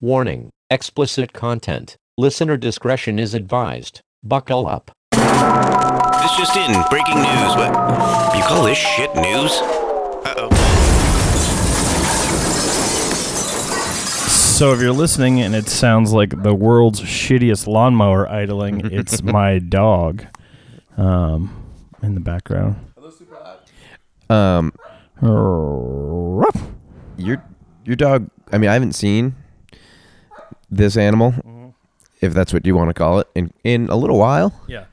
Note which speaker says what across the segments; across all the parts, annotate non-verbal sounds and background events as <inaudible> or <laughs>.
Speaker 1: Warning explicit content. Listener discretion is advised. Buckle up.
Speaker 2: This just in, breaking news. What? You call this shit news? Uh oh.
Speaker 3: So if you're listening and it sounds like the world's shittiest lawnmower idling, it's my dog um, in the background.
Speaker 4: Um,
Speaker 3: Ruff.
Speaker 4: your your dog. I mean, I haven't seen this animal,
Speaker 3: Mm-hmm.
Speaker 4: if that's what you want to call it, in in a little while.
Speaker 3: Yeah.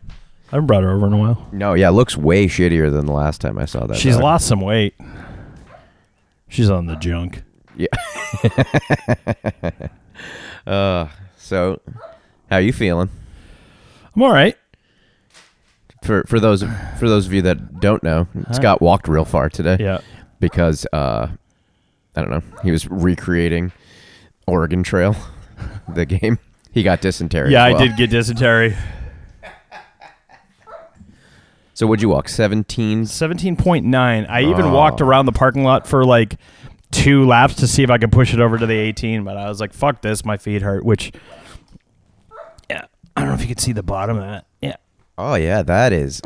Speaker 3: I haven't brought her over in a while.
Speaker 4: No, yeah, it looks way shittier than the last time I saw that.
Speaker 3: She's
Speaker 4: dog.
Speaker 3: lost some weight. She's on the junk.
Speaker 4: So, how you feeling?
Speaker 3: I'm all right.
Speaker 4: For for those for those of you that don't know, Scott walked real far today.
Speaker 3: Yeah.
Speaker 4: because uh, I don't know, he was recreating Oregon Trail, the <laughs> game. He got dysentery.
Speaker 3: Yeah,
Speaker 4: as well.
Speaker 3: I did get dysentery.
Speaker 4: So, would you walk? Seventeen
Speaker 3: 17.9. I even walked around the parking lot for like two laps to see if I could push it over to the 18, but I was like, fuck this, my feet hurt, which, yeah, I don't know if you could see the bottom of that. Yeah.
Speaker 4: Oh yeah, that is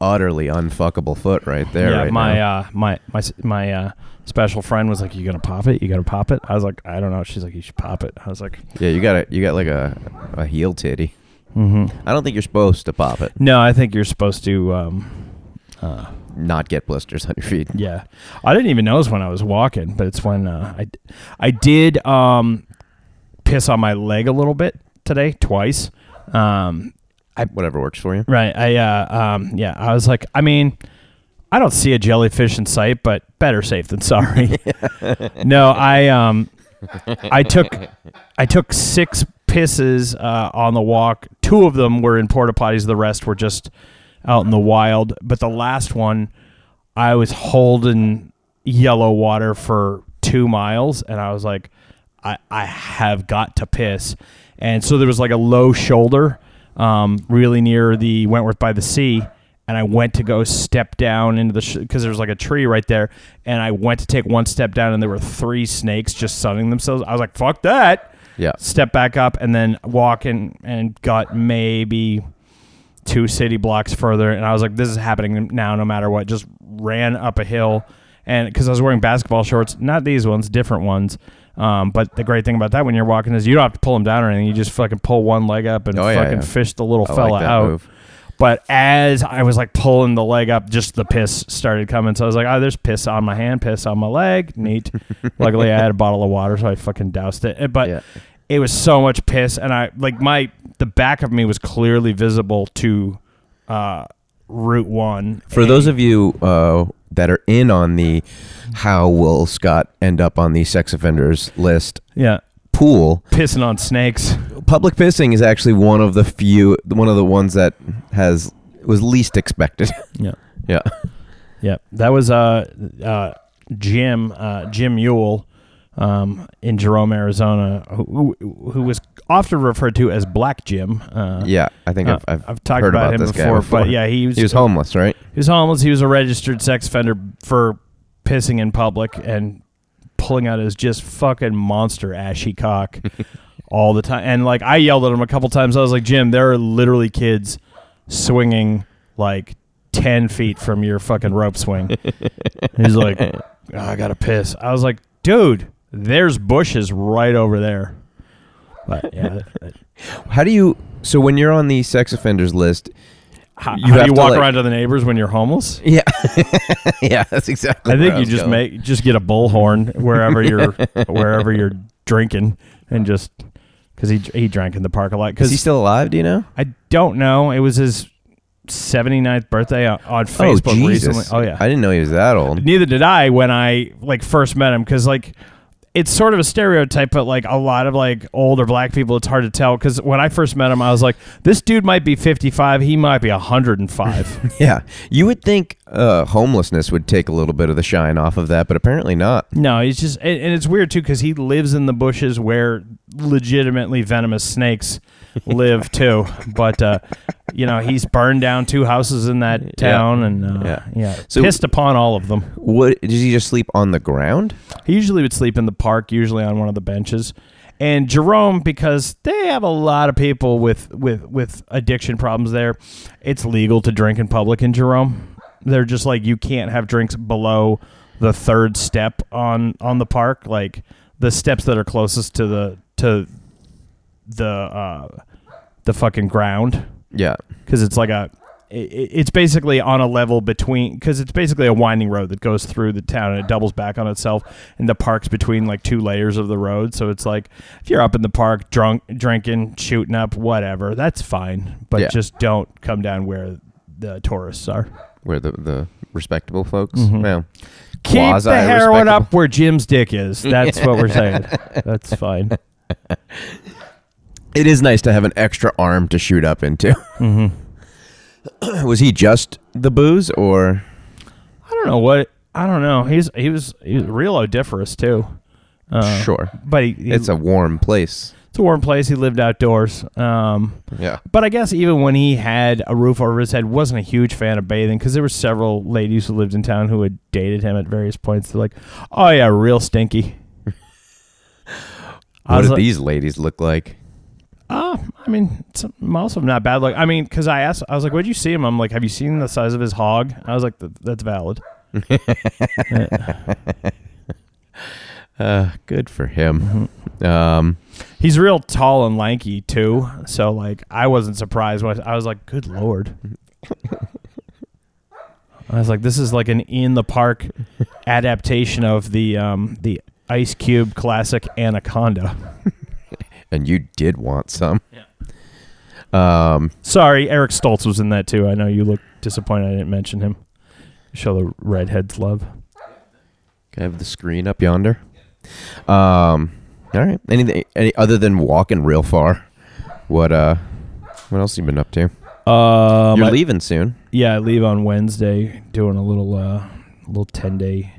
Speaker 4: utterly unfuckable foot right there.
Speaker 3: yeah,
Speaker 4: right
Speaker 3: my,
Speaker 4: now.
Speaker 3: uh, my, my, s- my, uh, special friend was like, you gonna pop it? You gonna pop it? I was like, I don't know. She's like, you should pop it. I was like,
Speaker 4: yeah, you got a, you got like a a heel titty. Mm-hmm. I don't think you're supposed to pop it.
Speaker 3: no, I think you're supposed to, um,
Speaker 4: Not get blisters on your feet.
Speaker 3: Yeah, I didn't even notice when I was walking, but it's when uh, I, I did um, piss on my leg a little bit today, twice. Um,
Speaker 4: Whatever works for you.
Speaker 3: right, I uh, um, yeah, I was like, I mean, I don't see a jellyfish in sight, but better safe than sorry. <laughs> no, I um, I took I took six pisses uh, on the walk. Two of them were in porta potties. The rest were just out in the wild. But the last one, I was holding yellow water for two miles, and I was like, I, I have got to piss. And so there was like a low shoulder, um, really near the Wentworth by the Sea. And I went to go step down into the because there was like a tree right there, and I went to take one step down, and there were three snakes just sunning themselves. I was like, "Fuck that!"
Speaker 4: Yeah.
Speaker 3: step back up and then walk in and got maybe two city blocks further and i was like this is happening now no matter what just ran up a hill and because i was wearing basketball shorts not these ones different ones um, but the great thing about that when you're walking is you don't have to pull them down or anything you just fucking pull one leg up and
Speaker 4: Oh, yeah,
Speaker 3: fucking
Speaker 4: yeah.
Speaker 3: fish the little
Speaker 4: I like
Speaker 3: fella
Speaker 4: that
Speaker 3: out
Speaker 4: move.
Speaker 3: but as I was like pulling the leg up, just the piss started coming. So I was like, oh, there's piss on my hand, piss on my leg. Neat.
Speaker 4: <laughs>
Speaker 3: Luckily, I had a bottle of water, so I fucking doused it. Uh, But
Speaker 4: Yeah.
Speaker 3: it was so much piss. And I, like, my, the back of me was clearly visible to uh, Route 1.
Speaker 4: For those of you uh, that are in on the how will Scott end up on the sex offenders list
Speaker 3: Yeah.
Speaker 4: pool,
Speaker 3: Pissing on snakes.
Speaker 4: public pissing is actually one of the few, one of the ones that has was least expected.
Speaker 3: Yeah.
Speaker 4: yeah.
Speaker 3: Yeah, that was uh, uh, Jim uh, Jim Ewell um, in Jerome, Arizona, who, who who was often referred to as Black Jim. Uh,
Speaker 4: <laughs> Yeah, I think I've, I've,
Speaker 3: I've talked
Speaker 4: heard
Speaker 3: about
Speaker 4: about,
Speaker 3: him
Speaker 4: this guy
Speaker 3: before,
Speaker 4: before.
Speaker 3: but yeah, he was-
Speaker 4: he was homeless, right?
Speaker 3: he was homeless. He was a registered sex offender for pissing in public and pulling out his just fucking monster ashy
Speaker 4: <laughs>
Speaker 3: cock all the time. And like I yelled at him a couple times. I was like, Jim, there are literally kids swinging like ten feet from your fucking rope
Speaker 4: <laughs>
Speaker 3: swing. He's like, "Oh, I gotta piss. I was like, dude, there's bushes right over there. But
Speaker 4: <laughs>
Speaker 3: yeah,
Speaker 4: How do you? So when you're on the sex offenders list,
Speaker 3: how,
Speaker 4: You
Speaker 3: how
Speaker 4: have
Speaker 3: do you
Speaker 4: to,
Speaker 3: walk
Speaker 4: like-
Speaker 3: around to the neighbors when you're homeless?
Speaker 4: yeah, <laughs> yeah, that's exactly.
Speaker 3: I
Speaker 4: where
Speaker 3: think you
Speaker 4: was
Speaker 3: just
Speaker 4: going.
Speaker 3: make just get a bullhorn wherever
Speaker 4: <laughs>
Speaker 3: you're wherever you're drinking and just because he he drank in the park a lot.
Speaker 4: Is he
Speaker 3: Because
Speaker 4: still alive? Do you know?
Speaker 3: I don't know, it was his 79th birthday on, on
Speaker 4: oh
Speaker 3: Facebook
Speaker 4: Jesus!
Speaker 3: recently. Oh yeah,
Speaker 4: I didn't know he was
Speaker 3: <laughs>
Speaker 4: that old.
Speaker 3: neither did I when I like first met him because like it's sort of a stereotype, but like a lot of like older black people, it's hard to tell. Because when I first met him, I was like, this dude might be 55, he might be
Speaker 4: <laughs>
Speaker 3: 105.
Speaker 4: Yeah, you would think uh, homelessness would take a little bit of the shine off of that, but apparently not.
Speaker 3: no, he's just and, and it's weird too because he lives in the bushes where legitimately venomous snakes
Speaker 4: <laughs>
Speaker 3: live too. But uh, you know, he's burned down two houses in that town, and uh,
Speaker 4: Yeah.
Speaker 3: yeah,
Speaker 4: So-
Speaker 3: pissed upon all of them.
Speaker 4: What did he just sleep on the ground?
Speaker 3: He usually would sleep in the park, usually on one of the benches. And Jerome, because they have a lot of people with with with addiction problems there, it's legal to drink in public in Jerome. They're just like you can't have drinks below the third step on on the park, like the steps that are closest to the to the uh, the fucking ground
Speaker 4: Yeah.
Speaker 3: because it's like a i- i- it's basically on a level between because it's basically a winding road that goes through the town and it doubles back on itself and the park's between like two layers of the road so it's like if you're up in the park drunk drinking shooting up whatever that's fine but
Speaker 4: Yeah.
Speaker 3: just don't come down where the tourists are
Speaker 4: Where the the respectable folks?
Speaker 3: Mhm.
Speaker 4: Well,
Speaker 3: keep the heroin
Speaker 4: quasi-respectable.
Speaker 3: up where jim's dick is that's what we're
Speaker 4: <laughs>
Speaker 3: saying that's fine
Speaker 4: It is nice to have an extra arm to shoot up into. <laughs>
Speaker 3: Mm-hmm.
Speaker 4: was he just the booze, or
Speaker 3: i don't know what i don't know he's he was he was real odiferous too uh,
Speaker 4: sure?
Speaker 3: but he, he
Speaker 4: It's a warm place.
Speaker 3: it's a warm place. He lived outdoors. Um,
Speaker 4: Yeah.
Speaker 3: but I guess even when he had a roof over his head, wasn't a huge fan of bathing because there were several ladies who lived in town who had dated him at various points. They're like, "Oh yeah, real stinky." I
Speaker 4: What
Speaker 3: was
Speaker 4: do
Speaker 3: like,
Speaker 4: these ladies look like?
Speaker 3: Ah, I mean, it's- most of them not bad. Like, I mean, because I asked, I was like, "Where'd you see him?" I'm like, "Have you seen the size of his hog?" I was like, "That- "That's valid."
Speaker 4: Uh, good for him. Um,
Speaker 3: He's real tall and lanky too, so like I wasn't surprised when I, I was like, "Good lord!" I was like, "This is like an in the park adaptation of the um, the Ice Cube classic Anaconda."
Speaker 4: and you did want some. Um,
Speaker 3: Sorry, Eric Stoltz was in that too. I know you look disappointed I didn't mention him. Show the redheads love.
Speaker 4: can I have the screen up yonder? Um, all right. Anything any, other than walking real far? What uh, what else you been up to?
Speaker 3: Um,
Speaker 4: You're
Speaker 3: I-
Speaker 4: leaving soon.
Speaker 3: yeah, I leave on Wednesday, doing a little uh, little ten day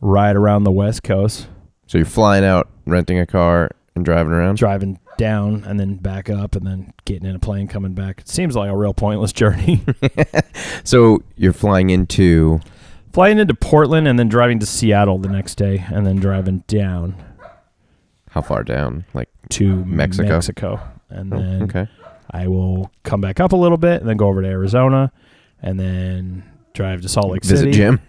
Speaker 3: ride around the West Coast.
Speaker 4: So you're flying out, renting a car, and driving around.
Speaker 3: driving down and then back up and then getting in a plane coming back. It seems like a real pointless <laughs> journey.
Speaker 4: So you're flying into
Speaker 3: Flying into Portland and then driving to Seattle the next day and then driving down
Speaker 4: how far down? Like
Speaker 3: to
Speaker 4: Mexico.
Speaker 3: Mexico. And
Speaker 4: oh,
Speaker 3: then
Speaker 4: okay.
Speaker 3: I will come back up a little bit and then go over to Arizona and then drive to Salt Lake
Speaker 4: Visit
Speaker 3: City.
Speaker 4: Jim.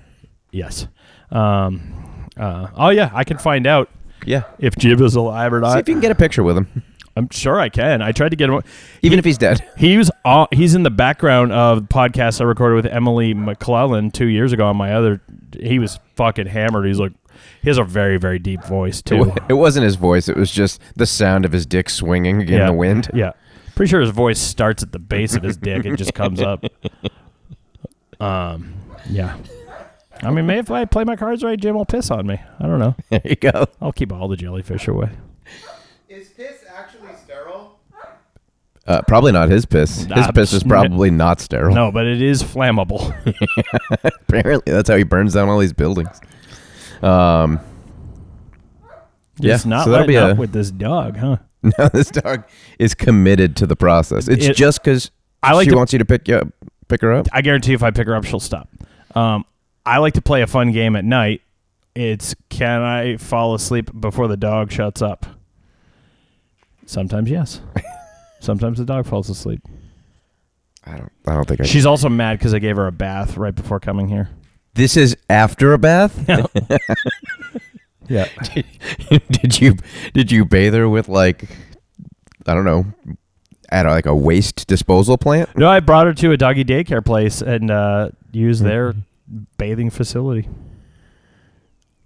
Speaker 3: Yes. Um, uh, oh, yeah. I can find out
Speaker 4: Yeah.
Speaker 3: if Jib is alive or
Speaker 4: See
Speaker 3: not.
Speaker 4: if you can get a picture with him,
Speaker 3: I'm sure I can. I tried to get him.
Speaker 4: even if he's dead.
Speaker 3: <laughs> He was on, he's in the background of podcasts I recorded with Emily McClellan two years ago on my other. He was fucking hammered. He's like, he has a very very deep voice
Speaker 4: <laughs> It,
Speaker 3: too.
Speaker 4: wa- it wasn't his voice. It was just the sound of his dick swinging in the wind.
Speaker 3: Yeah, pretty sure his voice starts at the base of his dick and just comes up. <laughs> Um, yeah. I mean, maybe if I play my cards right, Jim will piss on me. I don't know.
Speaker 4: There you go.
Speaker 3: I'll keep all the jellyfish away.
Speaker 5: Is piss actually sterile?
Speaker 4: Uh, probably not his piss. His
Speaker 3: Nah,
Speaker 4: <laughs> piss is probably not sterile.
Speaker 3: No, but it is flammable. <laughs>
Speaker 4: Apparently, that's how he burns down all these buildings. <laughs> Um, Yeah,
Speaker 3: It's not
Speaker 4: so that'll
Speaker 3: letting
Speaker 4: be
Speaker 3: up
Speaker 4: a-
Speaker 3: with this dog, huh?
Speaker 4: now this dog is committed to the process. It's
Speaker 3: It-
Speaker 4: just because
Speaker 3: I like
Speaker 4: she
Speaker 3: to-
Speaker 4: wants you to pick you up, pick her up.
Speaker 3: I guarantee if I pick her up, she'll stop. Um, I like to play a fun game at night. It's can I fall asleep before the dog shuts up? Sometimes yes. Sometimes the dog falls asleep.
Speaker 4: I don't. I don't think I.
Speaker 3: She's also mad because I gave her a bath right before coming here.
Speaker 4: this is after a <laughs> bath.
Speaker 3: Yeah.
Speaker 4: did you did you bathe her with like I don't know at like a waste disposal plant?
Speaker 3: <laughs> No, I brought her to a doggy daycare place and uh, used their bathing facility.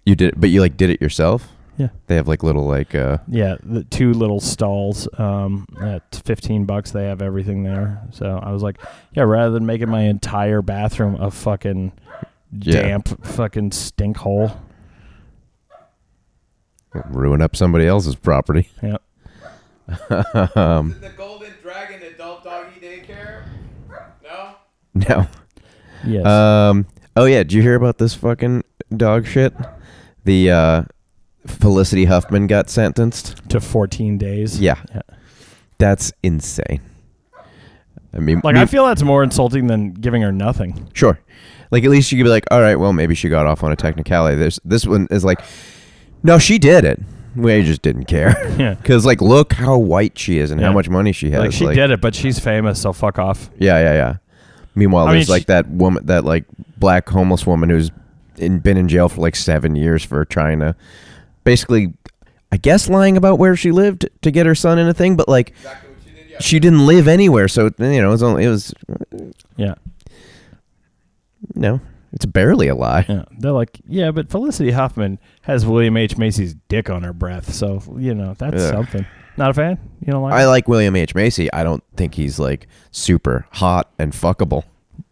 Speaker 4: You did, but you like did it yourself.
Speaker 3: Yeah.
Speaker 4: They have like little like uh
Speaker 3: Yeah, the two little stalls um, at fifteen bucks. They have everything there. So I was like, yeah, rather than making my entire bathroom a fucking
Speaker 4: Yeah.
Speaker 3: damp fucking stink hole.
Speaker 4: ruin up somebody else's property. <laughs>
Speaker 3: Yep.
Speaker 5: Is it the Golden Dragon Adult Doggy Daycare? No?
Speaker 4: No.
Speaker 3: Yes.
Speaker 4: Um. Oh yeah. Did you hear about this fucking dog shit? The uh, Felicity Huffman got sentenced.
Speaker 3: to 14 days.
Speaker 4: Yeah. That's insane. I mean,
Speaker 3: Like
Speaker 4: me-
Speaker 3: I feel that's more insulting than giving her nothing.
Speaker 4: Sure. Like at least you could be like, all right, well maybe she got off on a technicality. There's this one is like, no, she did it. We just didn't care. <laughs>
Speaker 3: Yeah.
Speaker 4: Because like, look how white she is and
Speaker 3: Yeah.
Speaker 4: how much money she has.
Speaker 3: Like she did it, but she's famous, so fuck off.
Speaker 4: Yeah, yeah, yeah. Meanwhile,
Speaker 3: I mean,
Speaker 4: there's like
Speaker 3: she-
Speaker 4: that woman, that like black homeless woman who's in, been in jail for like seven years for trying to, basically, I guess lying about where she lived to get her son in a thing, but like
Speaker 5: Exactly what you did, yeah.
Speaker 4: she didn't live anywhere, so you know it was only it was
Speaker 3: Yeah.
Speaker 4: no, it's barely a lie.
Speaker 3: Yeah. They're like, yeah, but Felicity Huffman has William H. Macy's dick on her breath, so you know, that's
Speaker 4: Ugh.
Speaker 3: something. Not a fan? You don't like
Speaker 4: I
Speaker 3: it?
Speaker 4: like William H Macy. I don't think he's like super hot and fuckable.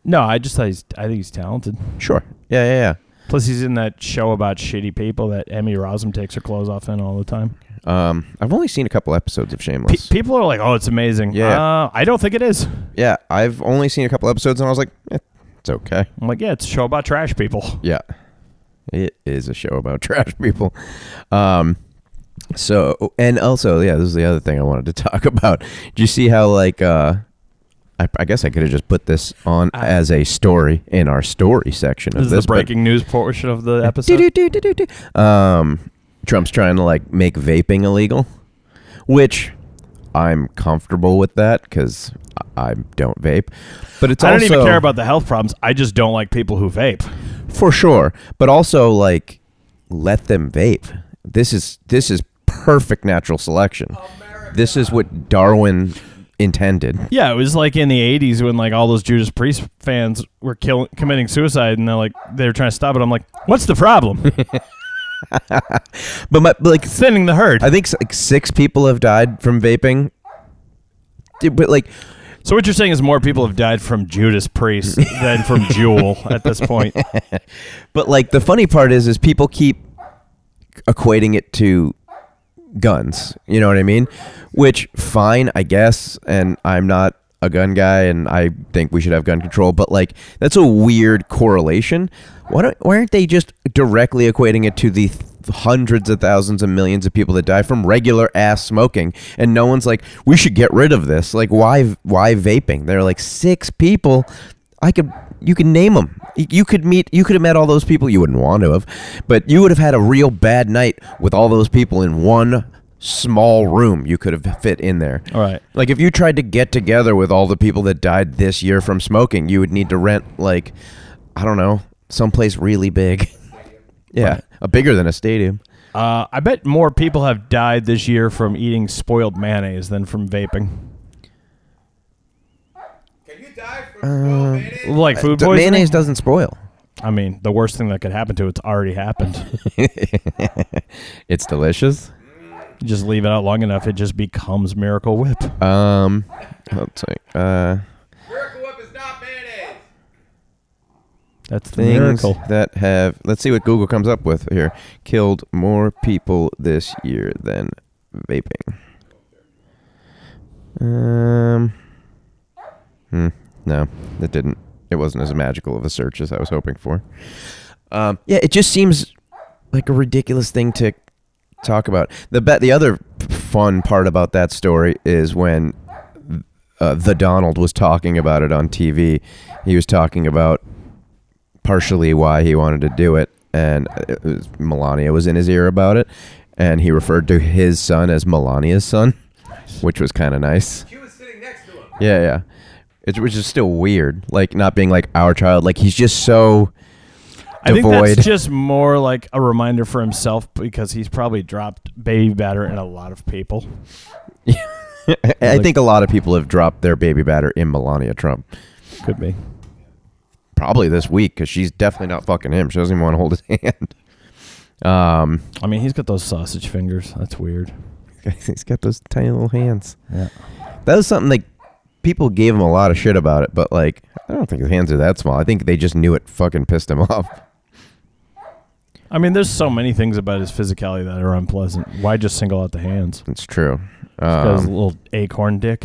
Speaker 3: No, I just thought he's I think he's talented.
Speaker 4: Sure. Yeah, yeah,
Speaker 3: Plus he's in that show about shitty people that Emmy Rossum takes her clothes off in all the time.
Speaker 4: yeah. Um, I've only seen a couple episodes of
Speaker 3: Pe-
Speaker 4: Shameless.
Speaker 3: people are like, "Oh, it's amazing."
Speaker 4: Yeah.
Speaker 3: Uh, I don't think it is.
Speaker 4: yeah, I've only seen a couple episodes, and I was like, eh, it's okay.
Speaker 3: I'm like, "Yeah, it's a show about trash people."
Speaker 4: Yeah. It is a show about <laughs> trash people. Um so and also, yeah, this is the other thing I wanted to <laughs> talk about. Do you see how like uh I, I guess I could have just put this on as a story in our story section of
Speaker 3: This
Speaker 4: this,
Speaker 3: is the
Speaker 4: but- <laughs>
Speaker 3: breaking news portion of the episode.
Speaker 4: Do-do-do-do-do-do. Um Trump's trying to like make vaping illegal, which I'm comfortable with that cuz I don't vape. But it's
Speaker 3: I don't even
Speaker 4: also-
Speaker 3: care about the health problems. I just don't like people who vape.
Speaker 4: for sure but also like let them vape this is this is perfect natural selection this is what darwin intended
Speaker 3: Yeah, it was like in the '80s when like all those Judas Priest fans were killing, committing suicide, and they're like they were trying to stop it. I'm like, what's the
Speaker 4: <laughs>
Speaker 3: problem?
Speaker 4: but my, but, like
Speaker 3: Thinning the herd.
Speaker 4: i think s- like six people have died from vaping Dude, but like
Speaker 3: So what you're saying is more people have died from Judas
Speaker 4: <laughs>
Speaker 3: Priest than from Jewel at this point.
Speaker 4: but like the funny part is is people keep equating it to guns you know what i mean which fine i guess and i'm not a gun guy and i think we should have gun control but like that's a weird correlation why don't why aren't they just directly equating it to the th- hundreds of thousands and millions of people that die from regular ass smoking and no one's like we should get rid of this like why why vaping there are like six people I could you could name them. You could meet you could have met all those people you wouldn't want to have, but you would have had a real bad night with all those people in one small room you could have fit in there.
Speaker 3: All right.
Speaker 4: Like if you tried to get together with all the people that died this year from smoking, you would need to rent like I don't know, someplace really big. <laughs> yeah, a bigger than a stadium.
Speaker 3: Uh, I bet more people have died this year from eating spoiled mayonnaise than from vaping.
Speaker 5: Can you die from uh,
Speaker 3: Like food
Speaker 4: The
Speaker 3: poisoning.
Speaker 4: mayonnaise doesn't spoil.
Speaker 3: I mean, the worst thing that could happen to it's already happened. <laughs>
Speaker 4: It's delicious.
Speaker 3: You just leave it out long enough, it just becomes Miracle Whip.
Speaker 4: Um let's see. Uh
Speaker 5: Miracle Whip is not mayonnaise.
Speaker 3: That's the
Speaker 4: things
Speaker 3: miracle.
Speaker 4: that have let's see what google comes up with here killed more people this year than vaping um hmm, no it didn't it wasn't as magical of a search as i was hoping for um yeah it just seems like a ridiculous thing to talk about the bet the other fun part about that story is when uh, the Donald was talking about it on TV. He was talking about partially why he wanted to do it, and uh, it was, Melania was in his ear about it, and he referred to his son as Melania's son, <laughs> which was kind of nice.
Speaker 5: He was sitting next to him.
Speaker 4: Yeah, yeah. It's which is still weird, like not being like our child. Like he's just so
Speaker 3: I think
Speaker 4: devoid.
Speaker 3: that's just more like a reminder for himself because he's probably dropped baby batter in a lot of people.
Speaker 4: <laughs> I think a lot of people have dropped their baby batter in Melania Trump.
Speaker 3: Could be.
Speaker 4: Probably this week because she's definitely not fucking him. She doesn't even want to hold his <laughs> hand. Um,
Speaker 3: I mean, he's got those sausage fingers. That's weird.
Speaker 4: <laughs> he's got those tiny little hands.
Speaker 3: Yeah.
Speaker 4: That was something like people gave him a lot of shit about it, but like I don't think his hands are that small. I think they just knew it fucking pissed him <laughs> off.
Speaker 3: I mean, there's so many things about his physicality that are unpleasant. Why just single out the hands?
Speaker 4: It's true.
Speaker 3: Got his
Speaker 4: Um,
Speaker 3: little acorn dick.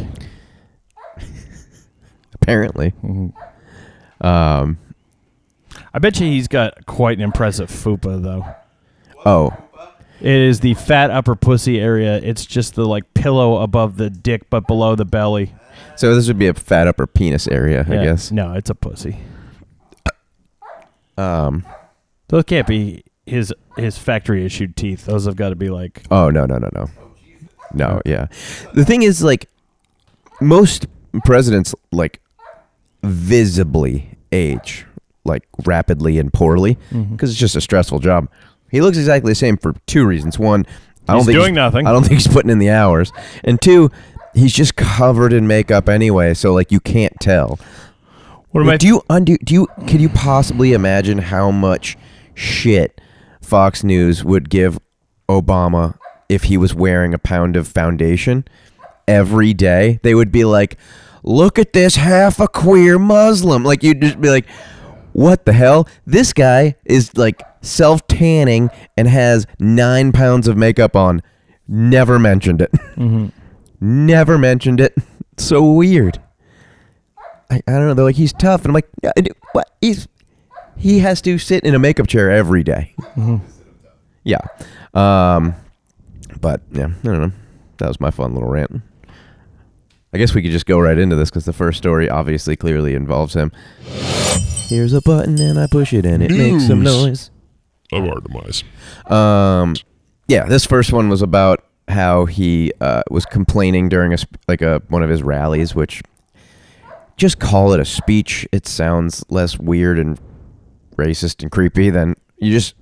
Speaker 4: apparently.
Speaker 3: Mhm.
Speaker 4: Um,
Speaker 3: I bet you he's got quite an impressive fupa though.
Speaker 4: oh,
Speaker 3: It is the fat upper pussy area. It's just the like pillow above the dick, but below the belly.
Speaker 4: So this would be a fat upper penis area, I
Speaker 3: Yeah.
Speaker 4: guess.
Speaker 3: No, it's a pussy.
Speaker 4: Um.
Speaker 3: Those can't be his his factory issued teeth. Those have got to be like
Speaker 4: Oh no no no no, no yeah. The thing is like, most presidents like visibly age like rapidly and poorly because
Speaker 3: Mm-hmm.
Speaker 4: it's just a stressful job. He looks exactly the same for two reasons. One, I don't
Speaker 3: He's
Speaker 4: think
Speaker 3: doing nothing.
Speaker 4: I don't think he's putting in the hours. And two, he's just covered in makeup anyway, so like you can't tell.
Speaker 3: what am
Speaker 4: Like,
Speaker 3: I?
Speaker 4: do you undo? Do you? Could you possibly imagine how much shit Fox News would give Obama if he was wearing a pound of foundation every day? They would be like, "Look at this half a queer Muslim." Like you'd just be like, "What the hell? This guy is like self tanning and has nine pounds of makeup on." Never mentioned it.
Speaker 3: Mm-hmm.
Speaker 4: <laughs> Never mentioned it. <laughs> So weird. I, I don't know. They're like, he's tough, and I'm like, "Yeah, I do- what? He's he has to sit in a makeup chair every day." Yeah. Um, but yeah, I don't know. That was my fun little rant. I guess we could just go right into this because the first story obviously clearly involves him. Here's a button and I push it and it makes some noise.
Speaker 6: of our demise.
Speaker 4: Um, yeah, this first one was about how he uh, was complaining during a sp- like a one of his rallies, which just call it a speech. It sounds less weird and racist and creepy than you just.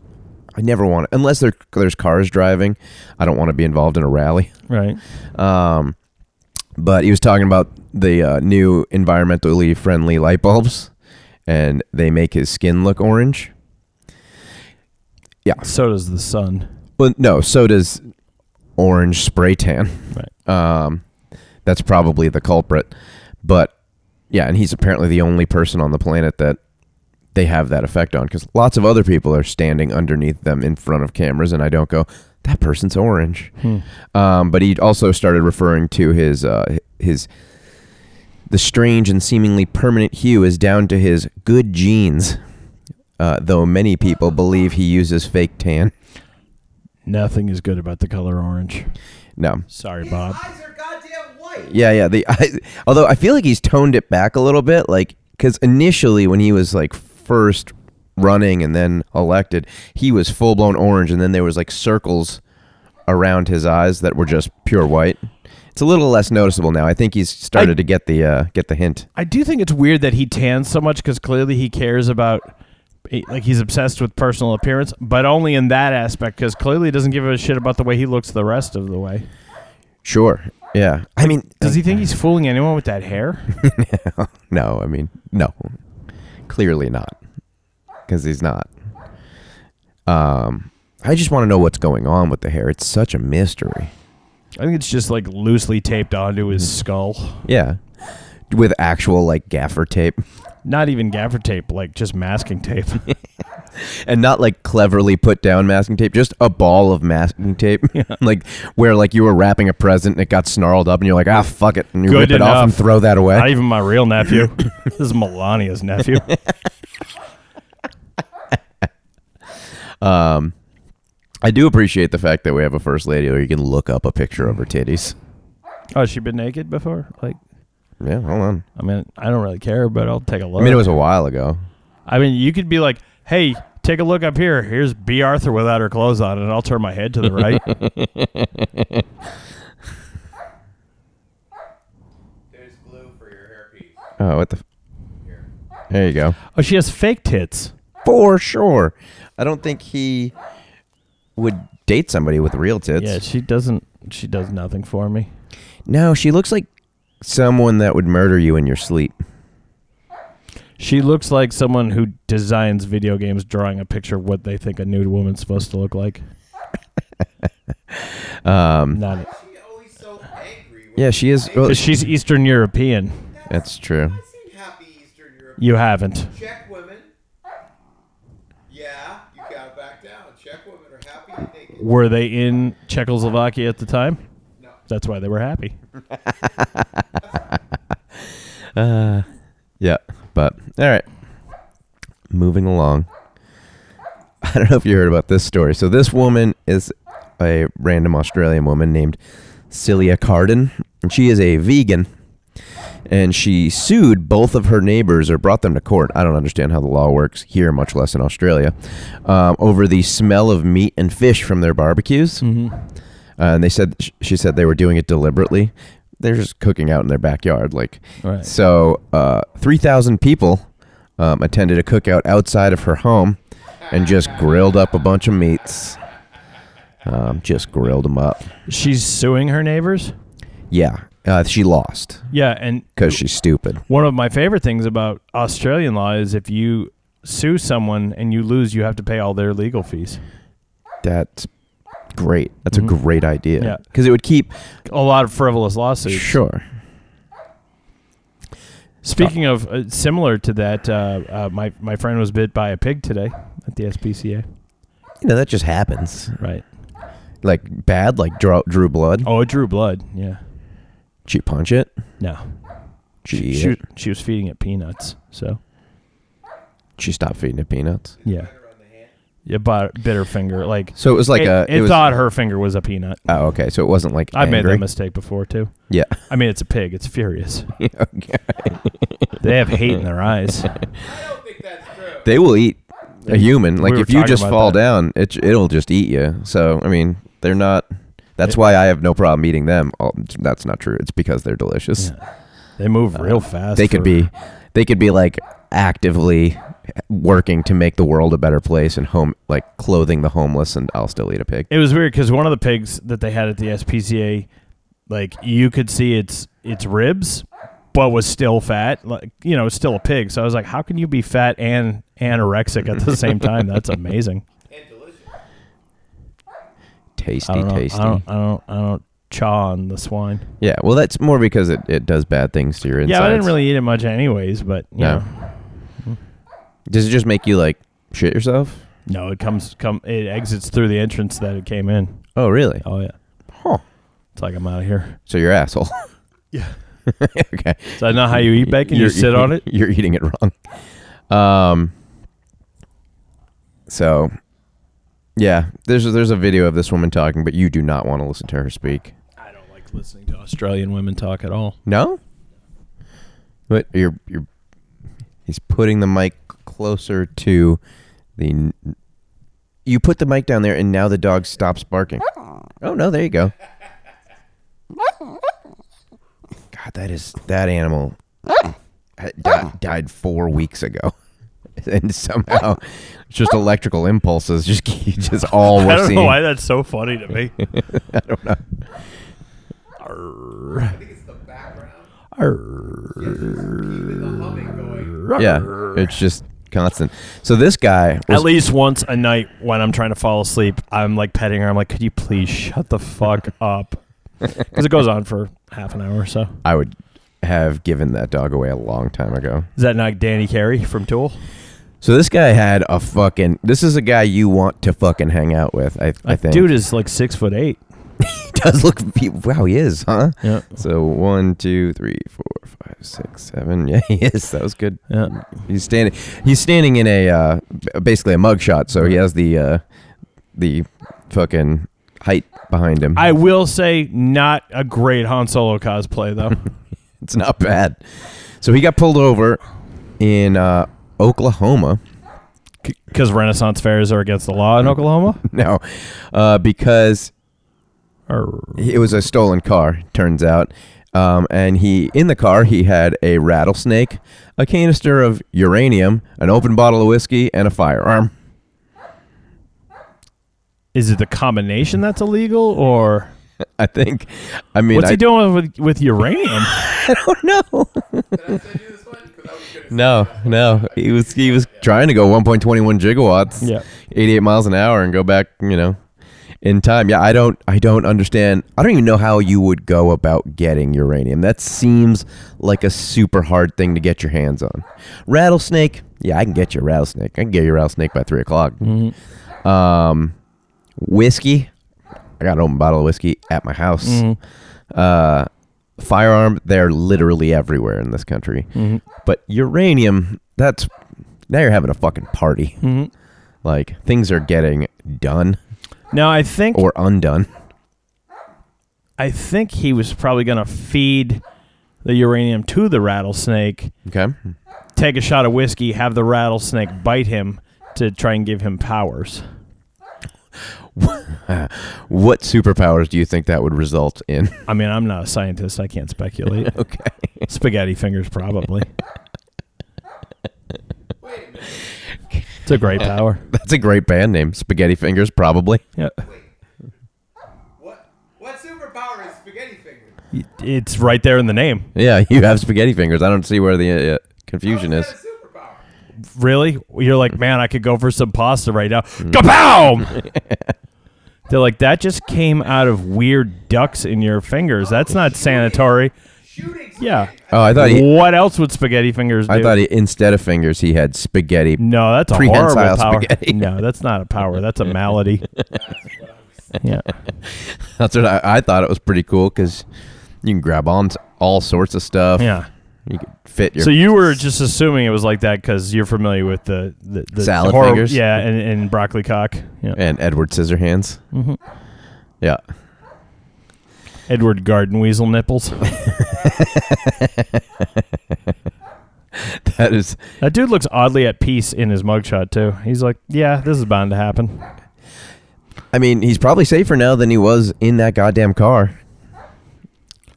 Speaker 4: I never want to, unless there, there's cars driving. I don't want to be involved in a rally.
Speaker 3: Right.
Speaker 4: Um, but he was talking about the uh, new environmentally friendly light bulbs, and they make his skin look orange.
Speaker 3: So does the sun.
Speaker 4: Well, no. So does orange spray tan.
Speaker 3: Right.
Speaker 4: Um, that's probably the culprit. But yeah, and he's apparently the only person on the planet that they have that effect on because lots of other people are standing underneath them in front of cameras, and I don't go, that person's orange. Um, but he also started referring to his uh, his the strange and seemingly permanent hue is down to his good genes. Uh, though many people believe he uses fake tan.
Speaker 3: Nothing is good about the color orange.
Speaker 4: No,
Speaker 3: Sorry,
Speaker 5: His
Speaker 3: Bob.
Speaker 5: eyes are goddamn white.
Speaker 4: Yeah, yeah. The <laughs> I, although I feel like he's toned it back a little bit, like because initially when he was like first running and then elected, he was full blown orange, and then there was like circles around his eyes that were just pure white. It's a little less noticeable now. I think he's started
Speaker 3: I-
Speaker 4: to get the uh, get the hint.
Speaker 3: I do think it's weird that he tans so much because clearly he cares about, he- like, he's obsessed with personal appearance, but only in that aspect because clearly he doesn't give a shit about the way he looks the rest of the way.
Speaker 4: Sure. Yeah. I mean,
Speaker 3: Does he think he's fooling anyone with that hair?
Speaker 4: No, I mean, no. Clearly not. Cuz he's not. Um I just want to know what's going on with the hair. It's such a mystery.
Speaker 3: I think it's just like loosely taped onto his skull.
Speaker 4: Yeah. With actual like gaffer tape
Speaker 3: Not even gaffer tape, like just masking tape.
Speaker 4: and not like cleverly put down masking tape, just a ball of masking tape. <laughs> like where like you were wrapping a present and it got snarled up and you're like, "Ah, fuck it." And you
Speaker 3: <laughs> Good
Speaker 4: rip it off and
Speaker 3: enough.
Speaker 4: throw that away.
Speaker 3: Not even my real
Speaker 4: <laughs>
Speaker 3: nephew. <laughs> this is Melania's nephew.
Speaker 4: Um, I do appreciate the fact that we have a first lady where you can look up a picture of her titties.
Speaker 3: Oh, has she been naked before? Like,
Speaker 4: Yeah, hold on.
Speaker 3: I mean, I don't really care, but I'll take a look.
Speaker 4: I mean, it was a while ago.
Speaker 3: I mean, you could be like, "Hey, take a look up here. Here's B. Arthur without her clothes on," and I'll turn my head to the right.
Speaker 5: There's glue for your hairpiece.
Speaker 4: Oh, what the? F- there you go.
Speaker 3: <laughs> oh, she has fake tits.
Speaker 4: For sure. I don't think he would date somebody with real tits.
Speaker 3: yeah, she doesn't. She does nothing for me.
Speaker 4: No, she looks like someone that would murder you in your sleep.
Speaker 3: She looks like someone who designs video games, drawing a picture of what they think a nude woman's supposed to look like. <laughs> um, not.
Speaker 5: She always so angry. When
Speaker 4: Yeah, she is. Well,
Speaker 3: But she's Eastern European.
Speaker 4: that's true.
Speaker 5: I've seen happy Eastern Europe.
Speaker 3: You haven't.
Speaker 5: Czech women. Yeah, you gotta back down. Czech women are happy and naked.
Speaker 3: Were they in Czechoslovakia at the time?
Speaker 5: No.
Speaker 3: That's why they were happy.
Speaker 4: Yeah, but all right. <laughs> Moving along. I don't know if you heard about this story. So this woman is a random Australian woman named Celia Cardin, and she is a vegan. And she sued both of her neighbors or brought them to court. I don't understand how the law works here, much less in Australia, um, over the smell of meat and fish from their barbecues. Uh, and they said sh- she said they were doing it deliberately. They're just cooking out in their backyard, like
Speaker 3: Right.
Speaker 4: so. Uh, Three thousand people um, attended a cookout outside of her home and just grilled up a bunch of meats. Um, just grilled them up.
Speaker 3: She's suing her neighbors.
Speaker 4: Yeah, uh, she lost
Speaker 3: Yeah, and
Speaker 4: because she's stupid.
Speaker 3: one of my favorite things about Australian law is if you sue someone and you lose, you have to pay all their legal fees.
Speaker 4: That's great. That's a great idea.
Speaker 3: Mm-hmm. Yeah.
Speaker 4: because it would keep
Speaker 3: A lot of frivolous lawsuits.
Speaker 4: sure.
Speaker 3: Speaking of uh, similar to that, uh, uh, my my friend was bit by a pig today at the SPCA.
Speaker 4: You know that just happens.
Speaker 3: Right.
Speaker 4: Like bad, like draw, drew blood.
Speaker 3: Oh, it drew blood. Yeah.
Speaker 4: Did she punch it?
Speaker 3: No.
Speaker 4: She eat
Speaker 3: She
Speaker 4: it?
Speaker 3: she was feeding it peanuts. So
Speaker 4: She stopped feeding it peanuts.
Speaker 3: yeah. Yeah, but bit her finger. Like
Speaker 4: So it was like
Speaker 3: it,
Speaker 4: a.
Speaker 3: it
Speaker 4: was,
Speaker 3: thought her finger was a peanut.
Speaker 4: Oh, okay. So it wasn't like
Speaker 3: I've made
Speaker 4: angry?
Speaker 3: that mistake before too.
Speaker 4: Yeah. <laughs>
Speaker 3: I mean, it's a pig. It's furious.
Speaker 4: okay.
Speaker 3: They have hate in their eyes.
Speaker 5: I don't think that's true.
Speaker 4: They will eat a human. Like
Speaker 3: were
Speaker 4: if you
Speaker 3: talking
Speaker 4: just
Speaker 3: about
Speaker 4: fall
Speaker 3: that.
Speaker 4: down, it it'll just eat you. So I mean, they're not. That's why I have no problem eating them. Oh, that's not true. It's because they're delicious.
Speaker 3: They move real fast.
Speaker 4: Uh, they could
Speaker 3: for-
Speaker 4: be. They could be like actively working to make the world a better place and home like clothing the homeless and I'll still eat a pig.
Speaker 3: It was weird because one of the pigs that they had at the SPCA, like you could see its its ribs, but was still fat. Like you know, it's still a pig. So I was like, how can you be fat and anorexic at
Speaker 4: <laughs>
Speaker 3: the same time? That's amazing.
Speaker 5: And delicious.
Speaker 4: Tasty,
Speaker 3: I don't, know.
Speaker 4: tasty.
Speaker 3: I don't. I don't. I don't chaw on the swine.
Speaker 4: Yeah, well that's more because it, it does bad things to your insides.
Speaker 3: Yeah, I didn't really eat it much anyways. But you
Speaker 4: No.
Speaker 3: know,
Speaker 4: Does it just make you like shit yourself?
Speaker 3: no, it comes come. It exits through the entrance that it came in.
Speaker 4: Oh, really?
Speaker 3: Oh yeah,
Speaker 4: Huh.
Speaker 3: it's like I'm out of here.
Speaker 4: So you're an asshole. <laughs>
Speaker 3: Yeah.
Speaker 4: okay.
Speaker 3: Is that not how you
Speaker 4: <laughs>
Speaker 3: eat bacon? you
Speaker 4: You're-
Speaker 3: sit on it.
Speaker 4: You're eating it wrong. Um. So, yeah, there's there's a video of this woman talking, but you do not want to listen to her speak.
Speaker 3: I don't like listening to Australian women talk at all.
Speaker 4: No. But you're you're. He's putting the mic closer to the. n- You put the mic down there, and now the dog stops barking. Oh no! There you go. God, that is that animal had di- died four weeks ago, <laughs> and somehow it's just electrical impulses. Just <laughs> just all
Speaker 3: <laughs>
Speaker 4: we're
Speaker 3: I don't
Speaker 4: seeing.
Speaker 3: know why that's so funny to me.
Speaker 4: <laughs> I don't know.
Speaker 5: I think it's the background. The humming going.
Speaker 4: Yeah, it's just constant. So this guy was
Speaker 3: At least once a night when I'm trying to fall asleep, I'm like petting her. I'm like, could you please shut the
Speaker 4: <laughs>
Speaker 3: fuck up? Because it goes on for half an hour or so.
Speaker 4: I would have given that dog away a long time ago.
Speaker 3: Is that not Danny Carey from Tool?
Speaker 4: So this guy had a fucking. This is a guy you want to fucking hang out with. I, I think.
Speaker 3: Dude is like six foot eight.
Speaker 4: he <laughs> does look. he- Wow, he is, huh?
Speaker 3: Yeah.
Speaker 4: So one, two, three, four, five, six, seven. <laughs> Yeah, he is. That was good.
Speaker 3: Yeah.
Speaker 4: He's standing. He's standing in a uh, b- basically a mugshot. So he has the uh, the fucking height behind him.
Speaker 3: I will say, not a great Han Solo cosplay
Speaker 4: <laughs>
Speaker 3: though.
Speaker 4: It's not bad. So he got pulled over in uh, Oklahoma. <laughs>
Speaker 3: Because Renaissance fairs are against the law in Oklahoma.
Speaker 4: No, uh, because it was a stolen car turns out um, and he in the car he had a rattlesnake a canister of uranium an open bottle of whiskey and a firearm <laughs>
Speaker 3: Is it the combination that's illegal, or
Speaker 4: i think i mean
Speaker 3: what's
Speaker 4: I,
Speaker 3: he doing with with uranium?
Speaker 4: don't know
Speaker 5: Did I send you this one? 'Cause I was gonna say-
Speaker 4: no no he was he was trying to go 1.21 gigawatts
Speaker 3: Yeah.
Speaker 4: 88 miles an hour and go back you know in time yeah i don't i don't understand i don't even know how you would go about getting uranium that seems like a super hard thing to get your hands on rattlesnake yeah i can get you a rattlesnake i can get you a rattlesnake by three o'clock um whiskey i got an open bottle of whiskey at my house uh firearm they're literally everywhere in this country
Speaker 3: Mm-hmm.
Speaker 4: but uranium that's
Speaker 3: Mm-hmm.
Speaker 4: now you're having a fucking party like things are getting done
Speaker 3: No, I think
Speaker 4: or undone.
Speaker 3: I think he was probably going to feed the uranium to the rattlesnake,
Speaker 4: Okay.
Speaker 3: take a shot of whiskey, have the rattlesnake bite him to try and give him powers.
Speaker 4: What superpowers do you think that would result in? <laughs>
Speaker 3: I mean, I'm not a scientist. I can't speculate. <laughs> okay. Spaghetti fingers, probably.
Speaker 5: Wait a minute.
Speaker 3: It's a <laughs> great power.
Speaker 4: That's a great band name. Spaghetti Fingers, probably.
Speaker 3: Yeah.
Speaker 5: What? What superpower is spaghetti fingers?
Speaker 3: It's right there in the name.
Speaker 4: Yeah, you have spaghetti fingers. I don't see where the uh, confusion
Speaker 5: How is
Speaker 4: is.
Speaker 5: that a superpower?
Speaker 3: Really? You're like, man, I could go for some pasta right now.
Speaker 4: Mm.
Speaker 3: Kapow!
Speaker 4: <laughs>
Speaker 3: They're like, that just came out of weird ducks in your fingers. That's not sanitary.
Speaker 5: Shooting.
Speaker 3: Yeah.
Speaker 5: spaghetti.
Speaker 4: Oh, I thought he,
Speaker 3: What else would spaghetti fingers do?
Speaker 4: I thought he, instead of fingers, he had spaghetti.
Speaker 3: No, that's a
Speaker 4: Prehensile
Speaker 3: horrible power.
Speaker 4: spaghetti.
Speaker 3: No, that's not a power. That's a
Speaker 4: <laughs>
Speaker 3: malady. yeah.
Speaker 4: That's what I, I thought. It was pretty cool because you can grab on to all sorts of stuff.
Speaker 3: Yeah.
Speaker 4: you could fit your.
Speaker 3: So you were just assuming it was like that because you're familiar with the, the, the
Speaker 4: Salad
Speaker 3: horror-
Speaker 4: fingers?
Speaker 3: Yeah, and, and broccoli cock. Yeah.
Speaker 4: and Edward Scissorhands. Mm-hmm. Yeah,
Speaker 3: Edward Garden Weasel
Speaker 4: <laughs>
Speaker 3: nipples.
Speaker 4: that is.
Speaker 3: that dude looks oddly at peace in his mugshot, too. He's like, yeah, this is bound to happen.
Speaker 4: I mean, he's probably safer now than he was in that goddamn car.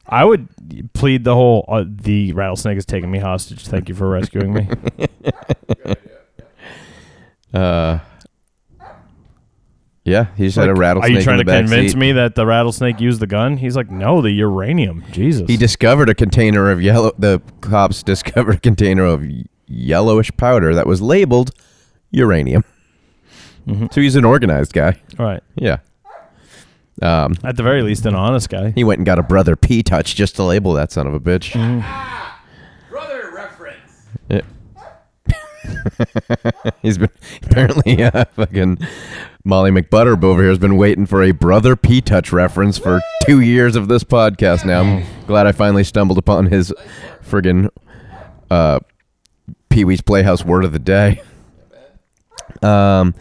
Speaker 3: I would plead the whole uh, the rattlesnake is taking me hostage. Thank you for rescuing <laughs> me.
Speaker 4: Uh, yeah, he just had a
Speaker 3: Like,
Speaker 4: rattlesnake.
Speaker 3: Are you trying
Speaker 4: in the
Speaker 3: to
Speaker 4: back
Speaker 3: convince
Speaker 4: seat.
Speaker 3: me that the rattlesnake used the gun? He's like, no, the uranium. Jesus.
Speaker 4: He discovered a container of yellow. The cops <laughs> discovered a container of y- yellowish powder that was labeled uranium.
Speaker 3: Mm-hmm.
Speaker 4: So he's an organized guy.
Speaker 3: All right.
Speaker 4: Yeah. Um,
Speaker 3: At the very least, an honest guy.
Speaker 4: he went and got a brother P touch just to label that son of a bitch.
Speaker 3: Mm-hmm.
Speaker 5: Brother reference.
Speaker 4: Yeah. He's been <laughs> apparently uh, fucking Molly McButter over here has been waiting for a brother P touch reference for two years of this podcast. Now I'm glad I finally stumbled upon his friggin' uh, Pee Wee's Playhouse word of the day. Um,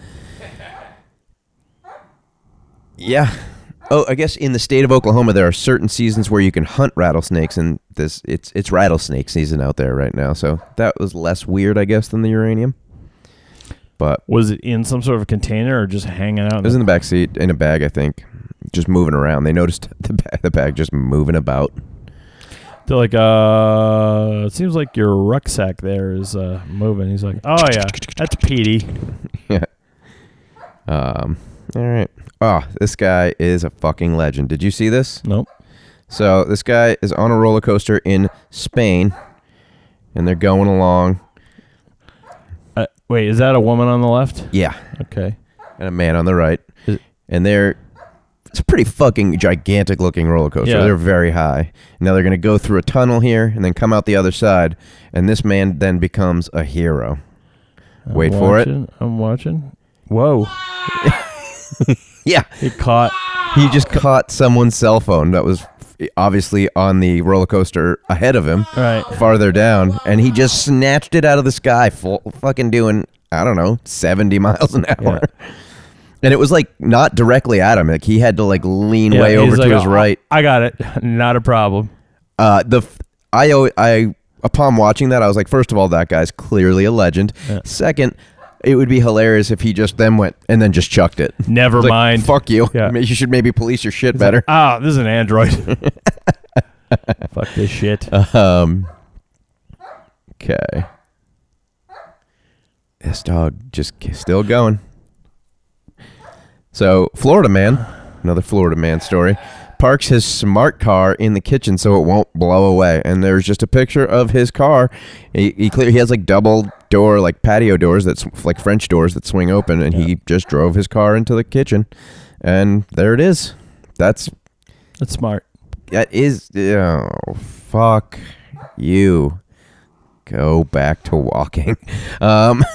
Speaker 4: yeah. Oh, I guess in the state of Oklahoma, there are certain seasons where you can hunt rattlesnakes, and this it's it's rattlesnake season out there right now. So that was less weird, I guess, than the uranium. But
Speaker 3: Was it in some sort of container or just hanging out? in
Speaker 4: it was
Speaker 3: the-
Speaker 4: in the back seat in a bag, I think, just moving around. They noticed <laughs> the bag, the bag just moving about. <laughs>
Speaker 3: They're like, uh, it seems like your rucksack there is uh, moving. He's like, oh yeah, that's Petey.
Speaker 4: Yeah. Um. All right. Oh, this guy is a fucking legend. Did you see this?
Speaker 3: Nope.
Speaker 4: So this guy is on a roller coaster in Spain, and they're going along.
Speaker 3: Uh, wait, is that a woman on the left?
Speaker 4: Yeah,
Speaker 3: Okay.
Speaker 4: and a man on the right,
Speaker 3: Is-
Speaker 4: and they're it's a pretty fucking gigantic looking roller coaster.
Speaker 3: Yeah.
Speaker 4: They're very high. Now they're gonna go through a tunnel here and then come out the other side, and this man then becomes a hero.
Speaker 3: I'm
Speaker 4: Wait for it.
Speaker 3: watching, I'm watching. Whoa!
Speaker 4: <laughs>
Speaker 3: <laughs>
Speaker 4: Yeah,
Speaker 3: He caught.
Speaker 4: he just caught someone's cell phone that was obviously on the roller coaster ahead of him.
Speaker 3: Right.
Speaker 4: farther down, and he just snatched it out of the sky, full, fucking doing I don't know seventy miles an hour. <laughs> And it was like not directly at him; like he had to like lean
Speaker 3: Yeah,
Speaker 4: <laughs> way
Speaker 3: he's
Speaker 4: over to
Speaker 3: like,
Speaker 4: his
Speaker 3: "Oh,
Speaker 4: right.
Speaker 3: I got it. <laughs> Not a problem.
Speaker 4: Uh, the f- I o- I upon watching that, I was like, first of all, that guy's clearly a legend. Second. It would be hilarious if he just then went and then just chucked it.
Speaker 3: Never
Speaker 4: It's like,
Speaker 3: mind.
Speaker 4: Fuck you.
Speaker 3: Yeah.
Speaker 4: <laughs> You should maybe police your shit better.
Speaker 3: Ah, this is an
Speaker 4: <laughs>
Speaker 3: android. <laughs> Fuck this shit.
Speaker 4: Um. Okay. This dog just k- still going. So, Florida man, another Florida man story, parks his smart car in the kitchen so it won't blow away. And there's just a picture of his car. He, he clear he has like double door, like patio doors that's like French doors that swing open, and he just drove his car into the kitchen, and there it is. That's
Speaker 3: That's smart.
Speaker 4: that is oh fuck you. Go back to walking. <laughs> Um,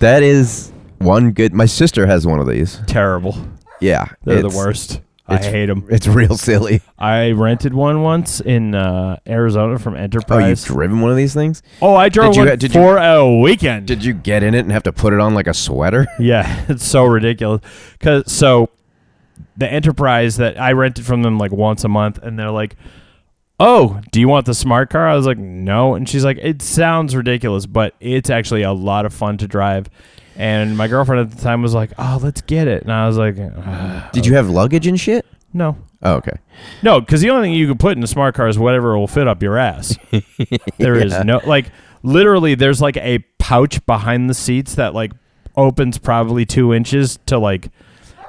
Speaker 4: that is one good. My sister has one of these.
Speaker 3: Terrible.
Speaker 4: Yeah,
Speaker 3: They're
Speaker 4: it's-
Speaker 3: the worst. I hate them.
Speaker 4: It's real silly.
Speaker 3: I rented one once in uh, Arizona from
Speaker 4: Oh, you've
Speaker 3: Enterprise.
Speaker 4: driven one of these things?
Speaker 3: oh, I drove
Speaker 4: Did you-
Speaker 3: one
Speaker 4: did you-
Speaker 3: for a weekend.
Speaker 4: Did you get in it and have to put it on like a sweater? <laughs>
Speaker 3: Yeah, <laughs> it's so ridiculous. Cause so the enterprise that I rented from them like once a month, and they're like, "Oh, do you want the smart car?" I was like, "No," and she's like, "It sounds ridiculous, but it's actually a lot of fun to drive." And my girlfriend at the time was like, "Oh, let's get it," and I was like, "Ugh,
Speaker 4: Did you have luggage and shit?
Speaker 3: "No."
Speaker 4: Oh, okay.
Speaker 3: No, because the only thing you can put in a smart car is whatever will fit up your
Speaker 4: <laughs>
Speaker 3: ass. There is no like literally there's like a pouch behind the seats that like opens probably two inches to like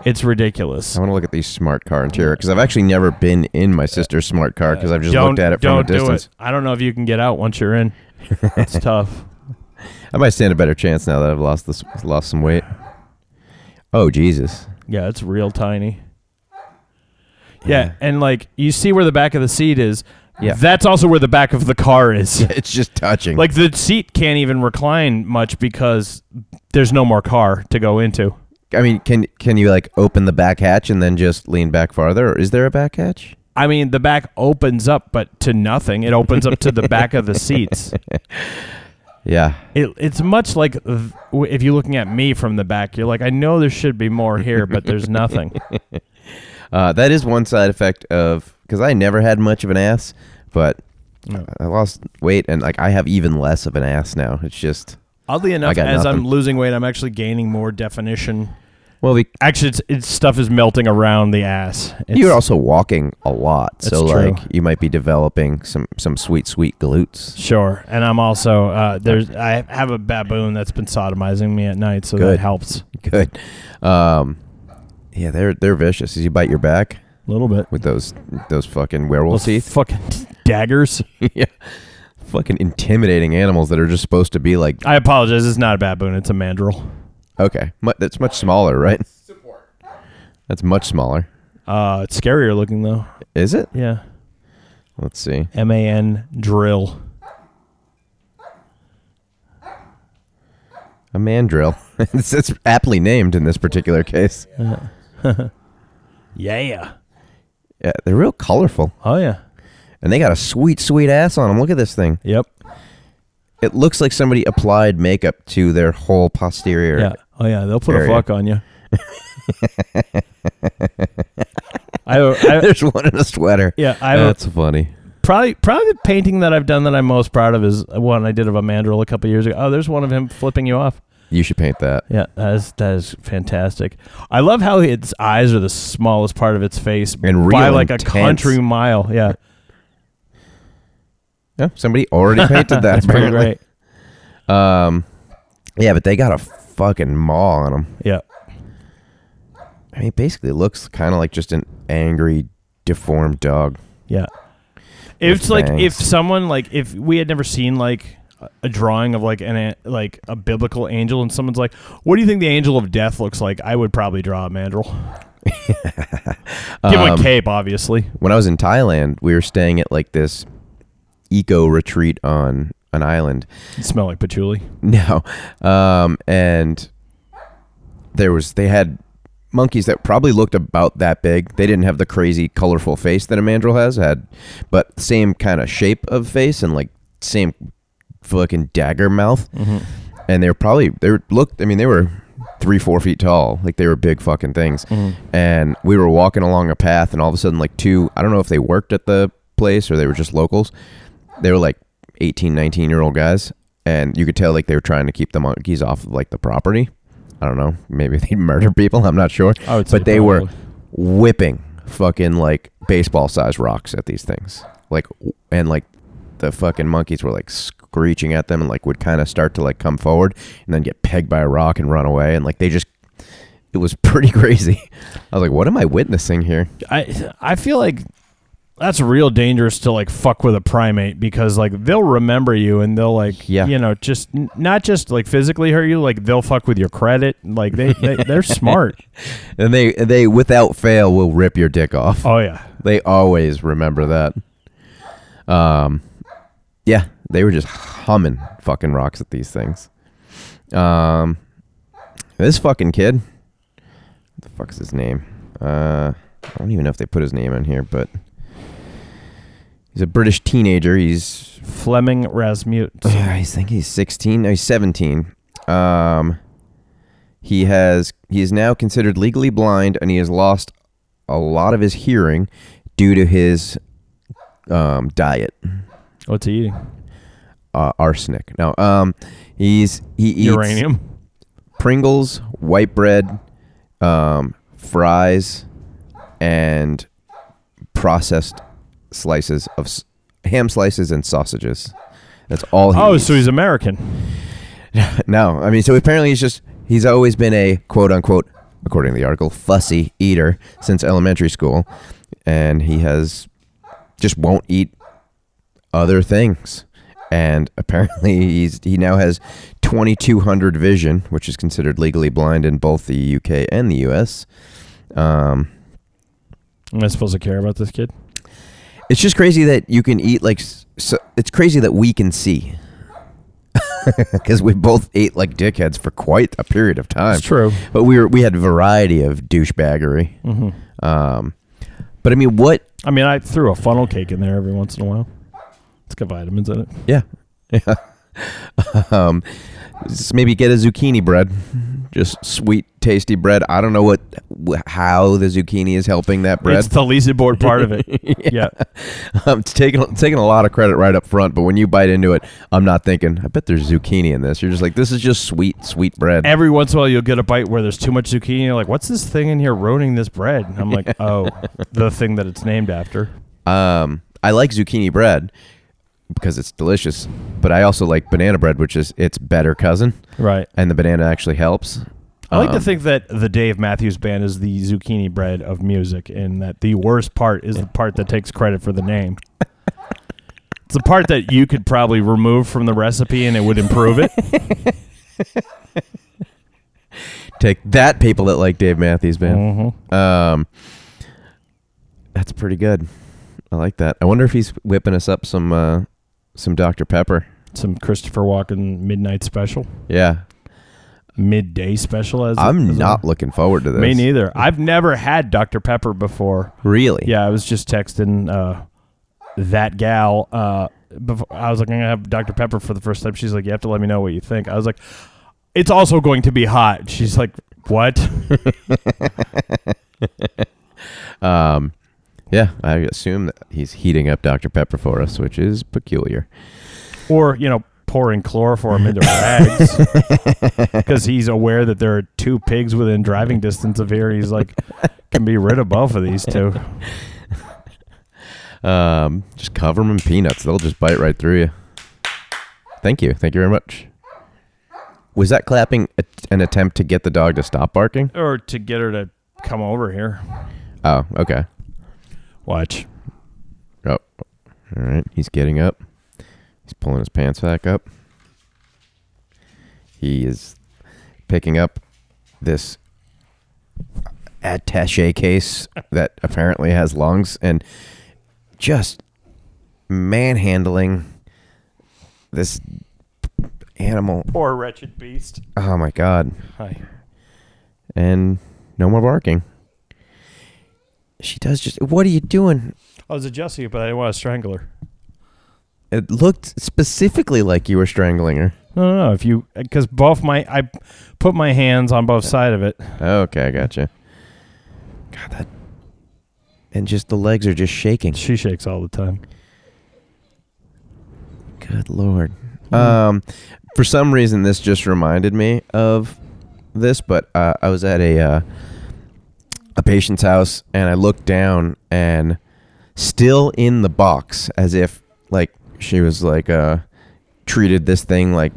Speaker 3: it's ridiculous.
Speaker 4: I want to look at these smart car interior because I've actually never been in my sister's smart car because I've just
Speaker 3: don't
Speaker 4: looked at it from a
Speaker 3: don't do
Speaker 4: distance.
Speaker 3: it. I don't know if you can get out once you're in.
Speaker 4: <laughs>
Speaker 3: It's tough.
Speaker 4: I might stand a better chance now that I've lost this lost some weight. Oh Jesus!
Speaker 3: Yeah, it's real tiny. Yeah, and like you see where the back of the seat is.
Speaker 4: Yeah.
Speaker 3: That's also where the back of the car is.
Speaker 4: <laughs> It's just touching.
Speaker 3: Like the seat can't even recline much because there's no more car to go into.
Speaker 4: I mean, can can you like open the back hatch and then just lean back farther, or is there a back hatch?
Speaker 3: I mean, the back opens up, but to nothing. It opens up to the back of the
Speaker 4: <laughs>
Speaker 3: seats.
Speaker 4: Yeah.
Speaker 3: It, it's much like th- if you're looking at me from the back, you're like, I know there should be more here, but there's nothing.
Speaker 4: Uh, that is one side effect of because I never had much of an ass, but I lost weight and like I have even less of an ass now. It's just
Speaker 3: <laughs> Oddly enough,
Speaker 4: got
Speaker 3: as I'm
Speaker 4: nothing.
Speaker 3: losing weight, I'm actually gaining more definition.
Speaker 4: well, we,
Speaker 3: Actually, it's, it's stuff is melting around the ass. It's,
Speaker 4: you're also walking a lot, so
Speaker 3: That's true.
Speaker 4: like you might be developing some some sweet sweet glutes. <laughs>
Speaker 3: sure, and I'm also uh, there's I have a baboon that's been sodomizing me at night, so that
Speaker 4: Good.
Speaker 3: helps
Speaker 4: Good. Um, yeah, they're they're vicious. As you bite your back
Speaker 3: a little bit.
Speaker 4: with those those fucking werewolf
Speaker 3: Those
Speaker 4: teeth.
Speaker 3: fucking daggers.
Speaker 4: <laughs> yeah. Fucking intimidating animals that are just supposed to be like
Speaker 3: I apologize. It's not a baboon. It's a mandrill.
Speaker 4: okay, mu- that's much smaller, right?
Speaker 5: Support.
Speaker 4: That's much smaller.
Speaker 3: Uh, it's scarier looking though.
Speaker 4: Is it?
Speaker 3: Yeah.
Speaker 4: Let's see.
Speaker 3: M A N drill.
Speaker 4: A mandrill. <laughs> it's, it's aptly named in this particular case.
Speaker 3: Yeah.
Speaker 4: Yeah, they're real colorful,
Speaker 3: Oh yeah.
Speaker 4: and they got a sweet, sweet ass on them. Look at this thing.
Speaker 3: Yep.
Speaker 4: It looks like somebody applied makeup to their whole posterior.
Speaker 3: Yeah. Oh yeah. They'll put
Speaker 4: Area.
Speaker 3: a fuck on <laughs> you. I, I
Speaker 4: <laughs> There's one in a sweater.
Speaker 3: yeah. I
Speaker 4: that's funny.
Speaker 3: probably probably the painting that I've done that I'm most proud of is one I did of a mandrill a couple years ago. Oh, there's one of him flipping you off.
Speaker 4: You should paint that.
Speaker 3: Yeah, that is that is fantastic. I love how its eyes are the smallest part of its face
Speaker 4: And
Speaker 3: by
Speaker 4: real
Speaker 3: like a
Speaker 4: intense.
Speaker 3: country mile. Yeah,
Speaker 4: Yeah, somebody
Speaker 3: <laughs>
Speaker 4: already painted that.
Speaker 3: that's pretty
Speaker 4: apparently.
Speaker 3: great.
Speaker 4: Um, yeah, but they got a fucking maw on them.
Speaker 3: Yeah.
Speaker 4: I mean, basically, it looks kind of like just an angry, deformed dog.
Speaker 3: Yeah. If it's like if
Speaker 4: bangs.
Speaker 3: someone like if we had never seen like a- a drawing of like an a- like a biblical angel and someone's like, "What do you think the angel of death looks like?" I would probably draw a mandrel.
Speaker 4: <laughs>
Speaker 3: Give
Speaker 4: Um,
Speaker 3: him a cape, obviously.
Speaker 4: when I was in Thailand, we were staying at like this eco retreat on an island. <laughs>
Speaker 3: It'd smell like patchouli.
Speaker 4: No, um, and there was they had monkeys that probably looked about that big. They didn't have the crazy colorful face that a mandrill has had, but same kind of shape of face and like same fucking dagger mouth.
Speaker 3: Mm-hmm.
Speaker 4: And they were probably they were, looked. I mean, they were three four feet tall. Like they were big fucking things.
Speaker 3: Mm-hmm.
Speaker 4: And we were walking along a path, and all of a sudden, like two. I don't know if they worked at the place or they were just locals. They were like 18, 19 year old guys. And you could tell like they were trying to keep the monkeys off of like the property. I don't know. Maybe <laughs> they murder people. I'm not sure.
Speaker 3: I would say
Speaker 4: but they were
Speaker 3: probably.
Speaker 4: whipping fucking like baseball sized rocks at these things. Like, w- and like the fucking monkeys were like screeching at them and like would kind of start to like come forward and then get pegged by a rock and run away. And like they just, it was <laughs> pretty crazy. I was like, what am I witnessing here?
Speaker 3: I I feel like that's real dangerous to like fuck with a primate because like they'll remember you and they'll like
Speaker 4: Yeah.
Speaker 3: you know just n- not just like physically hurt you like they'll fuck with your credit like they, they
Speaker 4: <laughs>
Speaker 3: they're smart
Speaker 4: And they, they without fail will rip your dick off.
Speaker 3: oh yeah
Speaker 4: They always remember that. Um, yeah, they were just humming fucking rocks at these things. Um, this fucking kid, what the fuck's his name? Uh, I don't even know if they put his name in here, but he's a British teenager. He's
Speaker 3: Fleming Rasmussen.
Speaker 4: I think he's 16. No, he's 17. Um, he has he is now considered legally blind, and he has lost a lot of his hearing due to his um, diet
Speaker 3: What's he eating?
Speaker 4: uh, arsenic. No, um, he's he eats
Speaker 3: Uranium. <laughs>
Speaker 4: Pringles, white bread, um, fries, and processed slices of s- ham slices and sausages. That's all. He
Speaker 3: Oh,
Speaker 4: eats.
Speaker 3: so he's American.
Speaker 4: <laughs> No, I mean, so apparently he's just he's always been a quote unquote, according to the article, fussy eater since elementary school, and he has just won't eat other things, and <laughs> apparently he's he now has 2200 vision, which is considered legally blind in both the UK and the US. Um,
Speaker 3: Am I supposed to care about this kid?
Speaker 4: it's just crazy that you can eat like s- so, it's crazy that we can see. <laughs> Because we both ate like dickheads for quite a period of time.
Speaker 3: It's true.
Speaker 4: But we were we had a variety of douchebaggery.
Speaker 3: hmm
Speaker 4: Um, but I mean, what?
Speaker 3: I mean, I threw a funnel cake in there every once in a while. It's got vitamins in it.
Speaker 4: Yeah, <laughs> yeah. um, just maybe get a zucchini bread, just sweet, tasty bread. I don't know what wh- how the zucchini is helping that bread.
Speaker 3: It's the Lisa board part of it. yeah.
Speaker 4: <laughs> um, it's taking it's taking a lot of credit right up front, but when you bite into it, I'm not thinking. I bet there's zucchini in this. You're just like, this is just sweet, sweet bread.
Speaker 3: Every once in a while, you'll get a bite where there's too much zucchini. You're like, what's this thing in here ruining this bread? And I'm like, oh, the thing that it's named after.
Speaker 4: Um, I like zucchini bread because it's delicious, but I also like banana bread, which is its better cousin,
Speaker 3: Right.
Speaker 4: and the banana actually helps.
Speaker 3: I like to
Speaker 4: Um,
Speaker 3: think that the Dave Matthews Band is the zucchini bread of music, and that the worst part is the part that takes credit for the
Speaker 4: <laughs>
Speaker 3: name. it's the part that you could probably remove from the recipe, and it would improve it. <laughs>
Speaker 4: Take that, people that like Dave Matthews Band.
Speaker 3: hmm
Speaker 4: Um, that's pretty good. I like that. I wonder if he's whipping us up some uh, some Dr Pepper.
Speaker 3: Some Christopher Walken midnight special,
Speaker 4: Yeah,
Speaker 3: midday special. As it- as
Speaker 4: I'm
Speaker 3: it-
Speaker 4: not looking forward to this.
Speaker 3: Me neither. I've never had Dr Pepper before.
Speaker 4: Really?
Speaker 3: Yeah, I was just texting uh, that gal. Uh, before, I was like, I'm gonna have Dr. Pepper for the first time. She's like, you have to let me know what you think. I was like, it's also going to be hot. She's like, what?
Speaker 4: Um, yeah. I assume that he's heating up Dr Pepper for us, which is peculiar.
Speaker 3: or you know, pouring chloroform into rags because he's aware that there are two pigs within driving distance of here. He's like, can be rid of both of these two.
Speaker 4: Um, just cover them in peanuts. They'll just bite right through you. Thank you. Thank you very much. Was that clapping a- an attempt to get the dog to stop barking?
Speaker 3: Or to get her to come over here.
Speaker 4: Oh, okay.
Speaker 3: Watch.
Speaker 4: Oh, all right. He's getting up. He's pulling his pants back up. He is picking up this attache case that apparently has lungs and just manhandling this animal.
Speaker 3: Poor wretched beast.
Speaker 4: Oh my god.
Speaker 3: Hi.
Speaker 4: And no more barking. She does just What are you doing?
Speaker 3: I was adjusting it, but I didn't want to strangle her.
Speaker 4: It looked specifically like you were strangling her.
Speaker 3: No, no, no. If you, because both my, I put my hands on both side of it.
Speaker 4: Okay, I gotcha. God, that. And just the legs are just shaking.
Speaker 3: She shakes all the time.
Speaker 4: Good lord. Um, for some reason, this just reminded me of this, but uh, I was at a uh, a patient's house and I looked down and still in the box, as if like she was like uh treated this thing like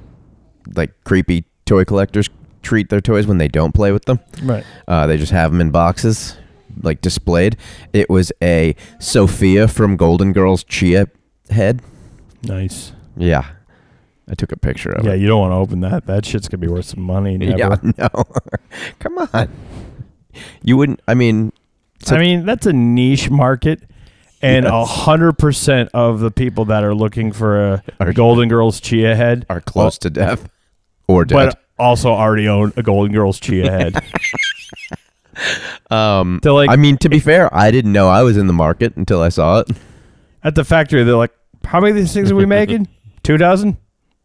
Speaker 4: like creepy toy collectors treat their toys when they don't play with them.
Speaker 3: Right.
Speaker 4: Uh, they just have them in boxes, like displayed. It was a Sophia from Golden Girls chia head.
Speaker 3: Nice.
Speaker 4: Yeah, I took a picture of
Speaker 3: Yeah,
Speaker 4: it.
Speaker 3: you don't want to open that. That shit's gonna be worth some money. Never.
Speaker 4: <laughs> yeah,
Speaker 3: <laughs>
Speaker 4: no, come on. You wouldn't. I mean, so-
Speaker 3: I mean, that's a niche market, and a
Speaker 4: Yes.
Speaker 3: hundred percent of the people that are looking for
Speaker 4: Are-
Speaker 3: a Golden Girls chia head
Speaker 4: are close to death or dead. <laughs>
Speaker 3: but also already own a Golden Girls chia head.
Speaker 4: Um,
Speaker 3: They're like-
Speaker 4: I mean, to be fair, I didn't know I was in the market until I saw it. <laughs>
Speaker 3: At the factory, they're like, "How many of these things are we
Speaker 4: <laughs>
Speaker 3: making? Two dozen?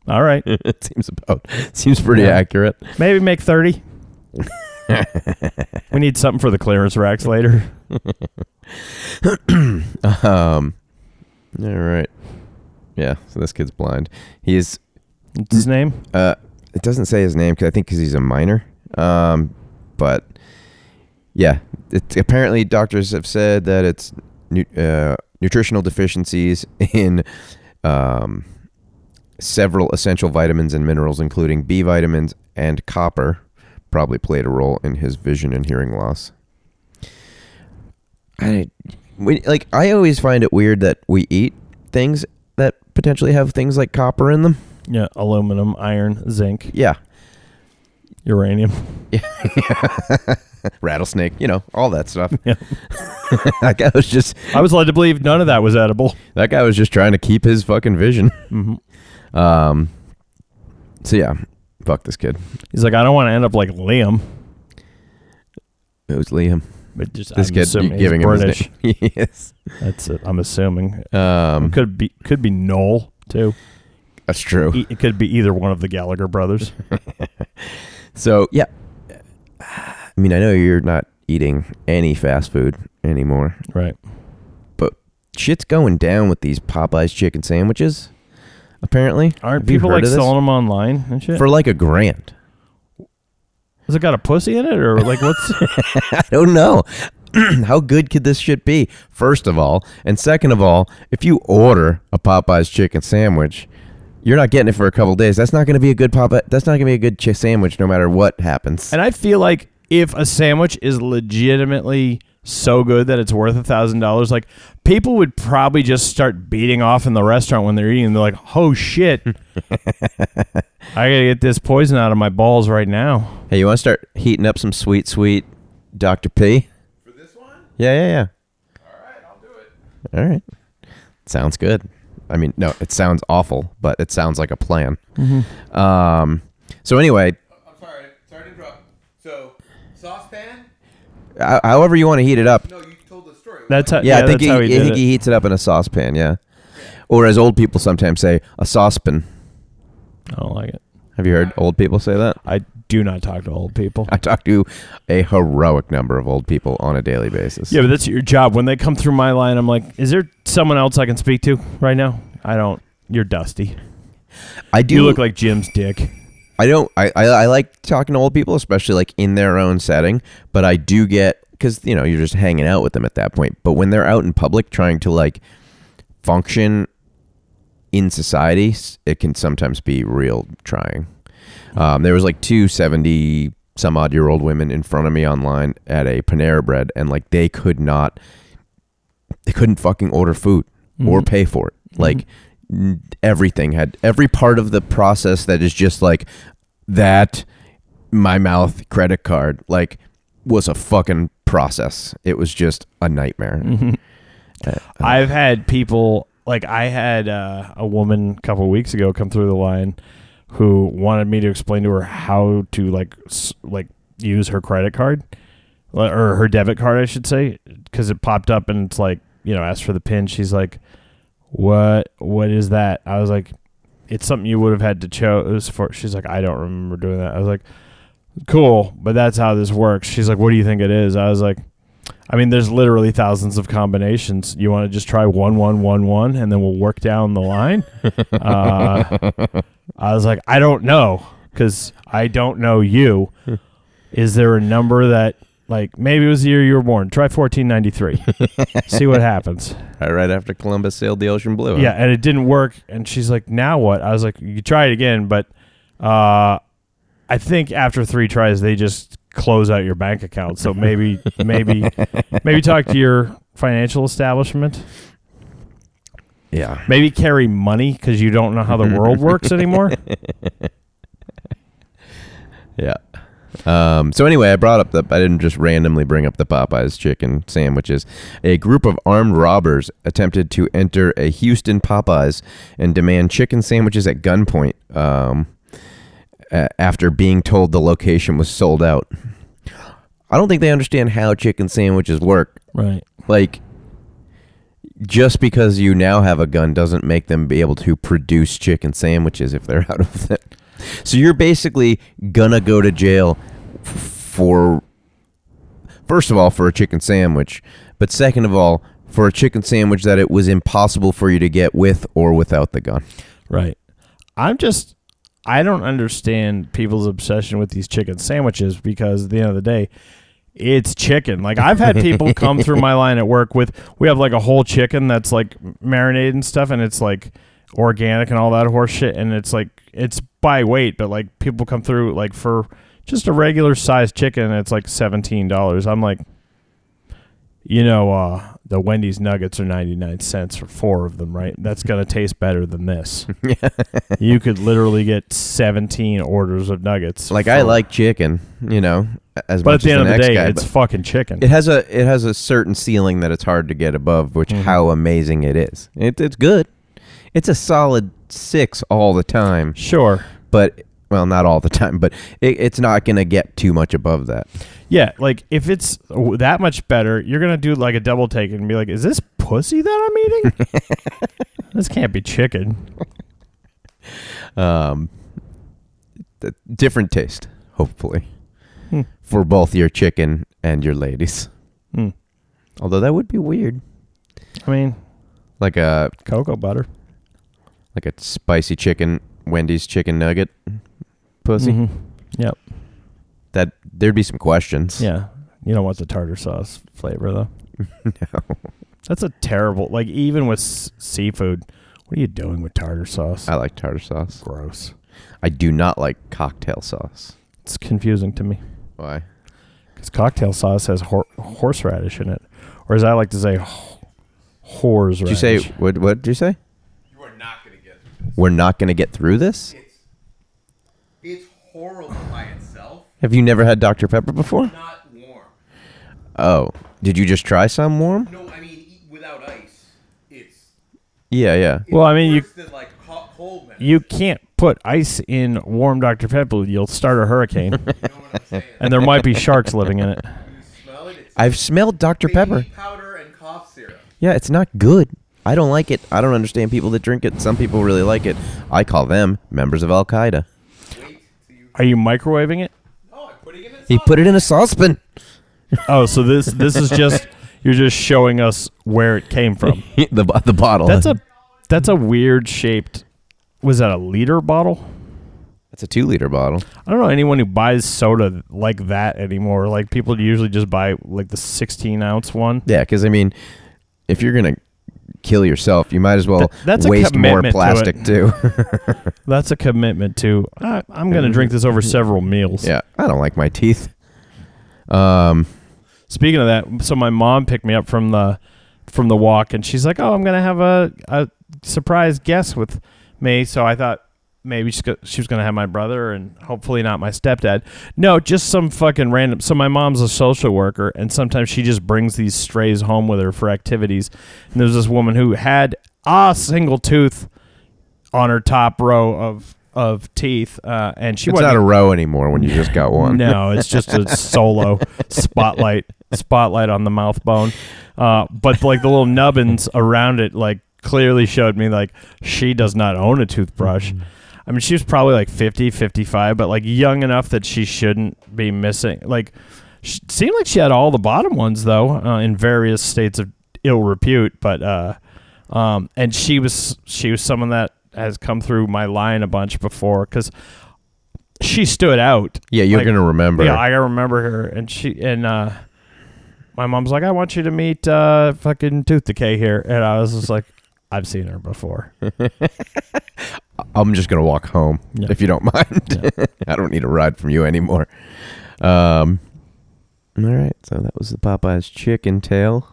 Speaker 3: All right,
Speaker 4: it seems about seems pretty
Speaker 3: Yeah.
Speaker 4: accurate.
Speaker 3: maybe make
Speaker 4: <laughs>
Speaker 3: thirty. we need something for the clearance racks later.
Speaker 4: Um, all right. Yeah, so this kid's blind. He's
Speaker 3: What's his name?
Speaker 4: uh, it doesn't say his name because I think because he's a minor. Um, but yeah, it, apparently doctors have said that it's nu- uh, nutritional deficiencies <laughs> in um, several essential vitamins and minerals, including B vitamins and copper, probably played a role in his vision and hearing loss. I we, like I always find it weird that we eat things that potentially have things like copper in them.
Speaker 3: Yeah, aluminum, iron, zinc,
Speaker 4: Yeah,
Speaker 3: uranium.
Speaker 4: rattlesnake, you know, all that stuff.
Speaker 3: <laughs> Yeah.
Speaker 4: <laughs> that guy was just
Speaker 3: I was led to believe none of that was edible.
Speaker 4: that guy was just trying to keep his
Speaker 3: <laughs>
Speaker 4: fucking vision.
Speaker 3: Mm-hmm.
Speaker 4: Um so yeah, fuck this kid.
Speaker 3: He's like, I don't want to end up like Liam,
Speaker 4: It was Liam.
Speaker 3: but just
Speaker 4: This
Speaker 3: I'm
Speaker 4: kid
Speaker 3: assuming
Speaker 4: you
Speaker 3: he's
Speaker 4: giving him his
Speaker 3: British.
Speaker 4: name. <laughs> yes.
Speaker 3: That's it. I'm assuming
Speaker 4: Um
Speaker 3: could be could be Noel too.
Speaker 4: that's true.
Speaker 3: E- It could be either one of the Gallagher brothers.
Speaker 4: So yeah. I mean, I know you're not eating any fast food anymore,
Speaker 3: <laughs> right.
Speaker 4: but shit's going down with these Popeyes chicken sandwiches. Apparently,
Speaker 3: Aren't
Speaker 4: Have you
Speaker 3: people
Speaker 4: heard
Speaker 3: like
Speaker 4: of this?
Speaker 3: selling them online and shit?
Speaker 4: for like a grand?
Speaker 3: Has it got a pussy in it or like <laughs> what's?
Speaker 4: I don't know. <clears throat> How good could this shit be? First of all, and second of all, if you order a Popeyes chicken sandwich, you're not getting it for a couple days. That's not going to be a good Popeye. That's not going to be a good chi- sandwich, no matter what happens.
Speaker 3: and I feel like if a sandwich is legitimately so good that it's worth a thousand dollars, like people would probably just start beating off in the restaurant when they're eating. They're like, "Oh
Speaker 4: <laughs>
Speaker 3: shit, I gotta get this poison out of my balls right now."
Speaker 4: hey, you want to start heating up some sweet, sweet Dr. P?
Speaker 5: For this one?
Speaker 4: Yeah, yeah, yeah.
Speaker 5: Alright, I'll do it.
Speaker 4: All right. Sounds good. I mean, no, it sounds awful, but it sounds like a plan. Um, so anyway,
Speaker 5: I'm sorry, sorry to interrupt. So, saucepan?
Speaker 4: h- however you want to heat it up.
Speaker 5: No, you told the story.
Speaker 3: That's how.
Speaker 4: Yeah, I think,
Speaker 3: that's how he
Speaker 4: he, I
Speaker 3: did
Speaker 4: think
Speaker 3: it.
Speaker 4: he heats it up in a saucepan. Yeah, or as old people sometimes say, a saucepan.
Speaker 3: I don't like it.
Speaker 4: Have you heard old people say that?
Speaker 3: I do not talk to old people.
Speaker 4: I talk to a heroic number of old people on a daily basis.
Speaker 3: Yeah, but that's your job. When they come through my line, I'm like, "Is there someone else I can speak to right now?" I don't. You're dusty.
Speaker 4: I do.
Speaker 3: You look like Jim's dick.
Speaker 4: I don't. I, I I like talking to old people, especially like in their own setting. But I do get because you know you're just hanging out with them at that point. But when they're out in public trying to like function in society, s- it can sometimes be real trying. Um, there was like two seventy some odd year old women in front of me online at a Panera Bread, and like they could not, they couldn't fucking order food or pay for it. Like n- everything had every part of the process that is just like that. My mouth credit card like was a fucking process. It was just a nightmare.
Speaker 3: I've had people like I had uh, a woman a couple weeks ago come through the line who wanted me to explain to her how to like s- like use her credit card Like, or her debit card, I should say, because it popped up and it's like you know asked for the pin. She's like, "What? What is that?" I was like, "It's something you would have had to chose for." She's like, "I don't remember doing that." I was like, "Cool, but that's how this works." She's like, "What do you think it is?" I was like. I mean, there's literally thousands of combinations. You want to just try one, one, one, one, and then we'll work down the line. uh, I was like, I don't know because I don't know you. Is there a number that, like, maybe it was the year you were born? Try 1493. See what happens.
Speaker 4: Right after Columbus sailed the ocean blue. huh?
Speaker 3: Yeah, and it didn't work. And she's like, now what? I was like, you try it again, but uh, I think after three tries, they just close out your bank account. So <laughs> maybe, maybe, maybe talk to your financial establishment.
Speaker 4: Yeah.
Speaker 3: Maybe carry money because you don't know how the <laughs> world works anymore.
Speaker 4: Yeah. Um, so anyway, I brought up the. I didn't just randomly bring up the Popeyes chicken sandwiches. A group of armed robbers attempted to enter a Houston Popeyes and demand chicken sandwiches at gunpoint. Um, a- after being told the location was sold out. I don't think they understand how chicken sandwiches work.
Speaker 3: Right.
Speaker 4: Like, just because you now have a gun doesn't make them be able to produce chicken sandwiches if they're <laughs> out of it. So you're basically gonna go to jail f- for, first of all, for a chicken sandwich, but second of all, for a chicken sandwich that it was impossible for you to get with or without the gun.
Speaker 3: Right. I'm just I don't understand people's obsession with these chicken sandwiches because at the end of the day, it's chicken. Like I've had
Speaker 4: <laughs>
Speaker 3: people come through my line at work with we have like a whole chicken that's like marinated and stuff and it's like organic and all that horse shit and it's like it's by weight, but like people come through like for just a regular sized chicken and it's like seventeen dollars. I'm like you know, uh, the Wendy's nuggets are 99 cents for four of them, right? That's going to taste better than
Speaker 4: <laughs>
Speaker 3: this. you could literally get 17 orders of nuggets.
Speaker 4: Like
Speaker 3: for-
Speaker 4: I like chicken, you know, as
Speaker 3: But
Speaker 4: much
Speaker 3: at the
Speaker 4: as
Speaker 3: end of the
Speaker 4: next
Speaker 3: day,
Speaker 4: guy,
Speaker 3: it's
Speaker 4: but-
Speaker 3: fucking chicken.
Speaker 4: It has a it has a certain ceiling that it's hard to get above, which how amazing it is. It, it's good. It's a solid six all the time,
Speaker 3: sure.
Speaker 4: but well, not all the <laughs> time, but it, it's not gonna get too much above that.
Speaker 3: Yeah, like if it's w- that much better, you're going to do like a double take and be like, is this pussy that I'm eating? this can't be chicken.
Speaker 4: Um, th- different taste, hopefully, for both your chicken and your ladies.
Speaker 3: Hmm.
Speaker 4: Although that would be weird,
Speaker 3: I mean,
Speaker 4: like a
Speaker 3: cocoa butter.
Speaker 4: like a spicy chicken Wendy's chicken nugget, pussy.
Speaker 3: Mhm. Yep.
Speaker 4: That there'd be some questions.
Speaker 3: Yeah. You don't want the tartar sauce flavor though.
Speaker 4: No.
Speaker 3: That's a terrible. Like even with s- seafood, what are you doing with tartar sauce?
Speaker 4: I like tartar sauce.
Speaker 3: Gross.
Speaker 4: I do not like cocktail sauce.
Speaker 3: It's confusing to me
Speaker 4: Why?
Speaker 3: because cocktail sauce has hor- horseradish in it, or as I like to say, wh- whore's
Speaker 4: Did you say what? What did you say?
Speaker 5: You are not gonna get
Speaker 4: We're not going to get through this.
Speaker 5: it's it's horrible by itself.
Speaker 4: Have you never had Dr Pepper before?
Speaker 5: Not warm.
Speaker 4: Oh, did you just try some warm?
Speaker 5: No, I mean eat without ice. It's,
Speaker 4: Yeah, yeah.
Speaker 5: it's
Speaker 3: Well, I mean, you-
Speaker 5: worse than like hot, cold medicine.
Speaker 3: you can't put ice in warm Dr Pepper? You'll start a hurricane,
Speaker 5: You know what I'm saying?
Speaker 3: and there might be sharks living in it.
Speaker 5: you smell it. It's
Speaker 4: I've smelled Dr
Speaker 5: baby
Speaker 4: Pepper.
Speaker 5: powder and cough syrup.
Speaker 4: Yeah, it's not good. I don't like it. I don't understand people that drink it. Some people really like it. I call them members of Al Qaeda.
Speaker 5: Wait till you.
Speaker 3: Are you microwaving it?
Speaker 5: Oh, I'm putting it in.
Speaker 4: He
Speaker 5: sauce.
Speaker 4: put it in a saucepan.
Speaker 3: Oh, so this this is just you're just showing us where it came from.
Speaker 4: <laughs> the bo- the bottle.
Speaker 3: That's a that's a weird shaped. Was that a liter bottle?
Speaker 4: that's a two liter bottle.
Speaker 3: I don't know anyone who buys soda like that anymore. Like people usually just buy like the 16 ounce one.
Speaker 4: Yeah, because I mean, if you're gonna kill yourself, you might as well
Speaker 3: Th- that's a
Speaker 4: waste more
Speaker 3: commitment to it.
Speaker 4: plastic too. <laughs>
Speaker 3: That's a commitment to. I, I'm going to drink this over several meals.
Speaker 4: Yeah, I don't like my teeth. Um,
Speaker 3: Speaking of that, so my mom picked me up from the from the walk, and she's like, "Oh, I'm going to have a, a surprise guest with me." So I thought maybe she's go- she was going to have my brother and hopefully not my stepdad. No, just some fucking random. So my mom's a social worker, and sometimes she just brings these strays home with her for activities. And there's this woman who had a single tooth on her top row of of teeth, uh, and she
Speaker 4: it's
Speaker 3: wasn't
Speaker 4: not a row anymore when you just got one.
Speaker 3: no, it's just a solo spotlight spotlight on the mouth bone. Uh, but like the little nubbins around it, like clearly showed me like she does not own a toothbrush. I mean, she was probably like 50, 55, but like young enough that she shouldn't be missing. Like, she, seemed like she had all the bottom ones though, uh, in various states of ill repute. But uh, um, and she was she was someone that has come through my line a bunch before because she stood out.
Speaker 4: Yeah, you're
Speaker 3: Like,
Speaker 4: gonna remember.
Speaker 3: yeah, I remember her, and she and uh, my mom's like, "I want you to meet uh, fucking Tooth Decay here," and I was just like, "I've seen her before."
Speaker 4: I'm just gonna walk home
Speaker 3: Yeah.
Speaker 4: if you don't <laughs> mind. I don't need a ride from you anymore. Um, all right, so that was the Popeyes chicken tail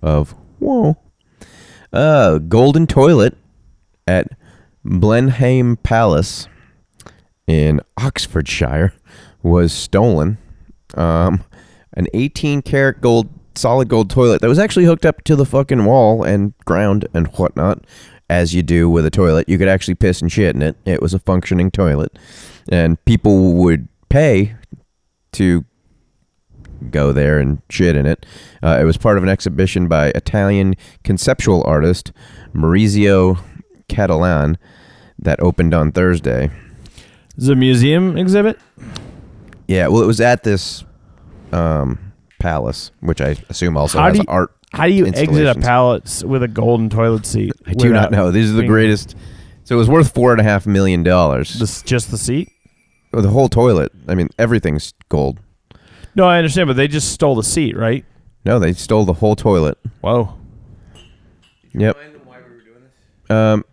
Speaker 4: of whoa, uh, golden toilet at Blenheim Palace in Oxfordshire was stolen. Um, an 18 karat gold solid gold toilet that was actually hooked up to the fucking wall and ground and whatnot, as you do with a toilet. You could actually piss and shit in it. It was a functioning toilet, and people would pay to go there and shit in it. Uh, it was part of an exhibition by Italian conceptual artist Maurizio Catalan that opened on Thursday.
Speaker 3: Is it a museum exhibit?
Speaker 4: Yeah, well, it was at this um, palace, which I assume also
Speaker 3: How
Speaker 4: has
Speaker 3: do you-
Speaker 4: art.
Speaker 3: How do you exit a
Speaker 4: installations.
Speaker 3: pallet s- with a golden toilet seat?
Speaker 4: I do not
Speaker 3: without
Speaker 4: know. These are the
Speaker 3: being-
Speaker 4: greatest. So it was worth four and a half million dollars.
Speaker 3: This, just the seat?
Speaker 4: Oh, The whole toilet. I mean, everything's gold.
Speaker 3: No, I understand, but they just stole the seat, right?
Speaker 4: No, they stole the whole toilet.
Speaker 3: Whoa.
Speaker 4: Yep.
Speaker 5: Remind them why we were doing this.
Speaker 4: Um,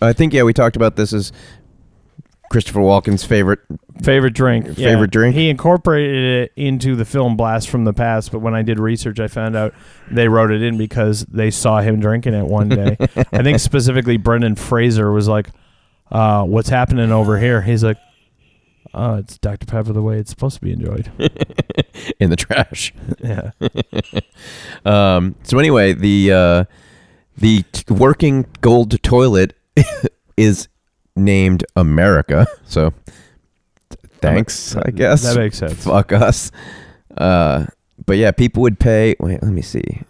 Speaker 4: I think yeah, we talked about this as Christopher Walken's favorite.
Speaker 3: Favorite drink. yeah.
Speaker 4: Favorite drink?
Speaker 3: He incorporated it into the film Blast from the Past, but when I did research, I found out they wrote it in because they saw him drinking it one
Speaker 4: <laughs>
Speaker 3: day. I think specifically Brendan Fraser was like, uh, What's happening over here? He's like, Oh, it's Dr. Pepper the way it's supposed to be
Speaker 4: <laughs>
Speaker 3: enjoyed.
Speaker 4: in the trash.
Speaker 3: yeah.
Speaker 4: Um, so anyway, the uh, the t- working gold toilet <laughs> is named America. So thanks, I guess.
Speaker 3: That makes sense.
Speaker 4: Fuck us. Uh, but yeah, people would pay. Wait, let me see.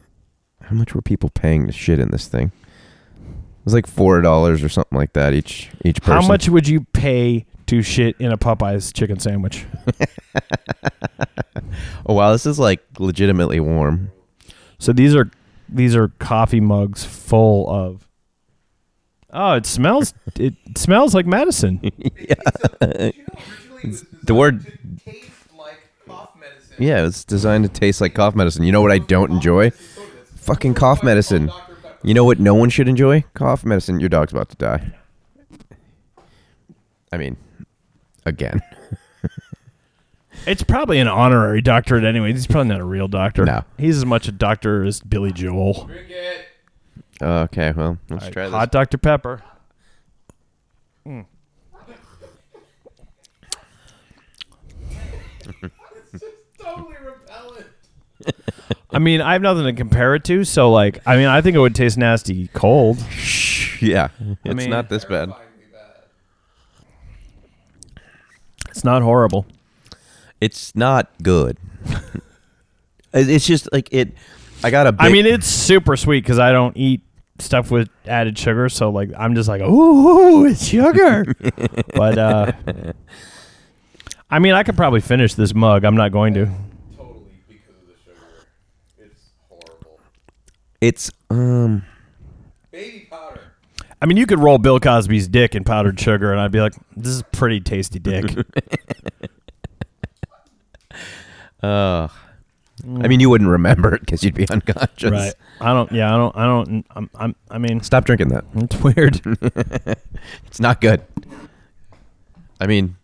Speaker 4: How much were people paying to shit in this thing? It was like four dollars or something like that each each person.
Speaker 3: How much would you pay to shit in a Popeyes chicken sandwich?
Speaker 4: Oh wow, this is like legitimately warm.
Speaker 3: So these are these are coffee mugs full of. Oh, it smells! it smells like medicine.
Speaker 5: Did you know originally it was
Speaker 4: The word
Speaker 5: designed to taste like cough medicine?
Speaker 4: Yeah, it's designed to taste like cough medicine. You know what I don't enjoy? Fucking cough medicine. You know what no one should enjoy? Cough medicine. Your dog's about to die. I mean, again.
Speaker 3: It's probably an honorary doctorate, anyway. He's probably not a real doctor.
Speaker 4: No.
Speaker 3: he's as much a doctor as Billy Joel.
Speaker 5: Drink it.
Speaker 4: Okay, well, let's try this.
Speaker 3: Hot Dr Pepper. Hmm.
Speaker 5: Totally repellent.
Speaker 3: I mean, I have nothing to compare it to, so like, I mean, I think it would taste nasty cold.
Speaker 4: <laughs> Yeah, it's
Speaker 3: mean-
Speaker 4: not this bad.
Speaker 3: It's not horrible.
Speaker 4: It's not good. It- it's just like it. I got a. Big,
Speaker 3: I mean, it's super sweet because I don't eat stuff with added sugar. So like, I'm just like, ooh, it's <laughs> sugar. but uh, I mean, I could probably finish this mug. I'm not going to.
Speaker 5: Totally because of the sugar. It's horrible.
Speaker 4: it's um.
Speaker 5: Baby powder.
Speaker 3: I mean, you could roll Bill Cosby's dick in powdered sugar, and I'd be like, this is pretty tasty dick.
Speaker 4: Uh, I mean, you wouldn't remember it because you'd be <laughs>
Speaker 3: <laughs> <laughs>
Speaker 4: unconscious.
Speaker 3: right? I don't. Yeah, I don't. I don't. I'm. I'm I mean,
Speaker 4: Stop drinking that.
Speaker 3: <laughs> it's weird.
Speaker 4: <laughs> It's not good. I mean,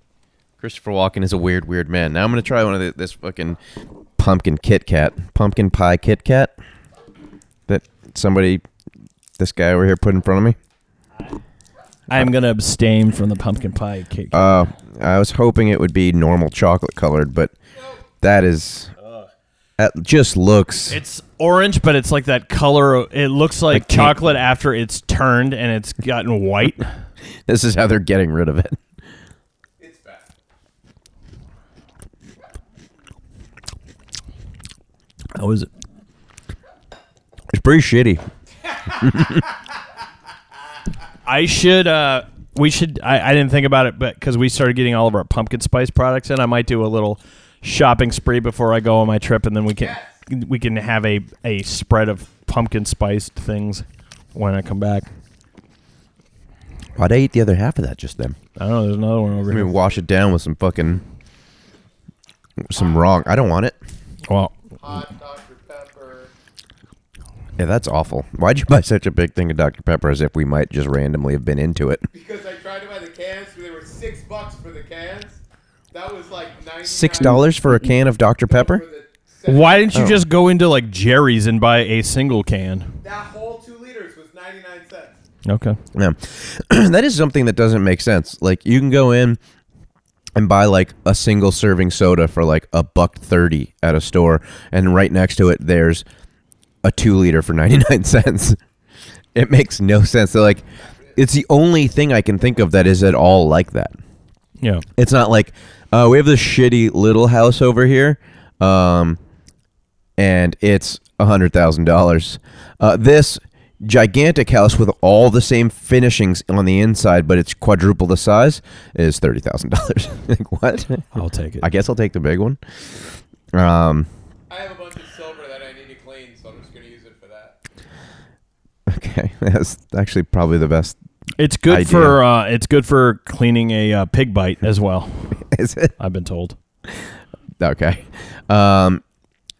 Speaker 4: Christopher Walken is a weird, weird man. Now I'm gonna try one of the, this fucking pumpkin Kit Kat, pumpkin pie Kit Kat that somebody, this guy over here, put in front of me.
Speaker 3: I'm gonna abstain from the pumpkin pie cake.
Speaker 4: Uh, I was hoping it would be normal chocolate colored, but that is that just looks.
Speaker 3: It's orange, but it's like that color. It looks like
Speaker 4: can't-
Speaker 3: chocolate after it's turned and it's gotten white.
Speaker 4: this is how they're getting rid of it.
Speaker 5: It's bad.
Speaker 3: How is it?
Speaker 4: It's pretty shitty.
Speaker 3: I should. uh We should. I, I didn't think about it, but because we started getting all of our pumpkin spice products in, I might do a little shopping spree before I go on my trip, and then we can we can have a a spread of pumpkin spiced things when I come back.
Speaker 4: Why'd I eat the other half of that just then?
Speaker 3: I don't know. There's another one over
Speaker 4: Let me
Speaker 3: here.
Speaker 4: wash it down with some fucking some wrong. I don't want it.
Speaker 3: Well,
Speaker 5: Hot Dr. Pepper.
Speaker 4: Yeah, that's awful. Why'd you buy such a big thing of Dr. Pepper as if we might just randomly have been into it?
Speaker 5: Because I tried to buy the cans, but they were six bucks for the cans. That was like ninety.
Speaker 4: Six dollars for a can of Dr. Pepper?
Speaker 3: why didn't you
Speaker 4: Oh.
Speaker 3: just go into like Jerry's and buy a single can?
Speaker 5: That whole two liters was ninety nine cents.
Speaker 3: Okay.
Speaker 4: Yeah. <clears throat> that is something that doesn't make sense. Like you can go in and buy like a single serving soda for like a buck thirty at a store, and right next to it there's a two liter for <laughs> ninety nine cents. It makes no sense. They're like it's the only thing I can think of that is at all like that.
Speaker 3: Yeah.
Speaker 4: It's not like uh, we have this shitty little house over here. Um, and it's hundred thousand uh, dollars. This gigantic house with all the same finishings on the inside, but it's quadruple the size, is thirty thousand dollars. <laughs> like what?
Speaker 3: I'll take it.
Speaker 4: I guess I'll take the big one. Um, <laughs>
Speaker 5: I have a bunch of silver that I need to clean, so I'm just gonna use it for that.
Speaker 4: okay, <laughs> that's actually probably the best. <laughs>
Speaker 3: It's good
Speaker 4: idea.
Speaker 3: for uh, it's good for cleaning a uh, pig bite as well.
Speaker 4: Is it?
Speaker 3: I've been told.
Speaker 4: Okay. Um,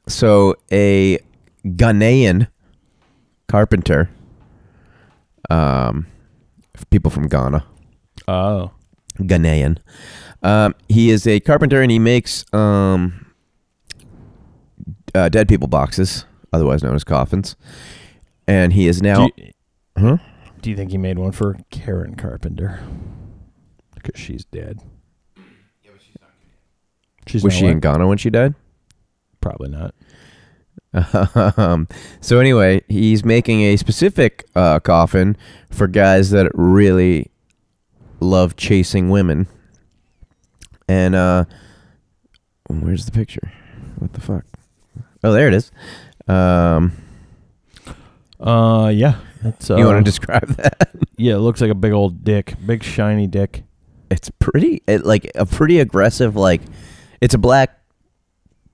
Speaker 4: so a Ghanaian carpenter, um, people from Ghana,
Speaker 3: Oh,
Speaker 4: Ghanaian. Um, he is a carpenter and he makes um, uh, dead people boxes, otherwise known as coffins. And he is now.
Speaker 3: do you,
Speaker 4: Huh?
Speaker 3: do you think he made one for Karen Carpenter? Because she's dead. She's
Speaker 4: was
Speaker 3: not
Speaker 4: she
Speaker 3: what?
Speaker 4: in Ghana when she died?
Speaker 3: Probably not.
Speaker 4: <laughs> um, so anyway, he's making a specific uh, coffin for guys that really love chasing women. And uh, where's the picture? What the fuck? Oh, there it is. Um,
Speaker 3: Uh, yeah. That's, uh,
Speaker 4: you want to describe that?
Speaker 3: Yeah, it looks like a big old dick, big shiny dick.
Speaker 4: It's pretty, it, like a pretty aggressive. Like, it's a black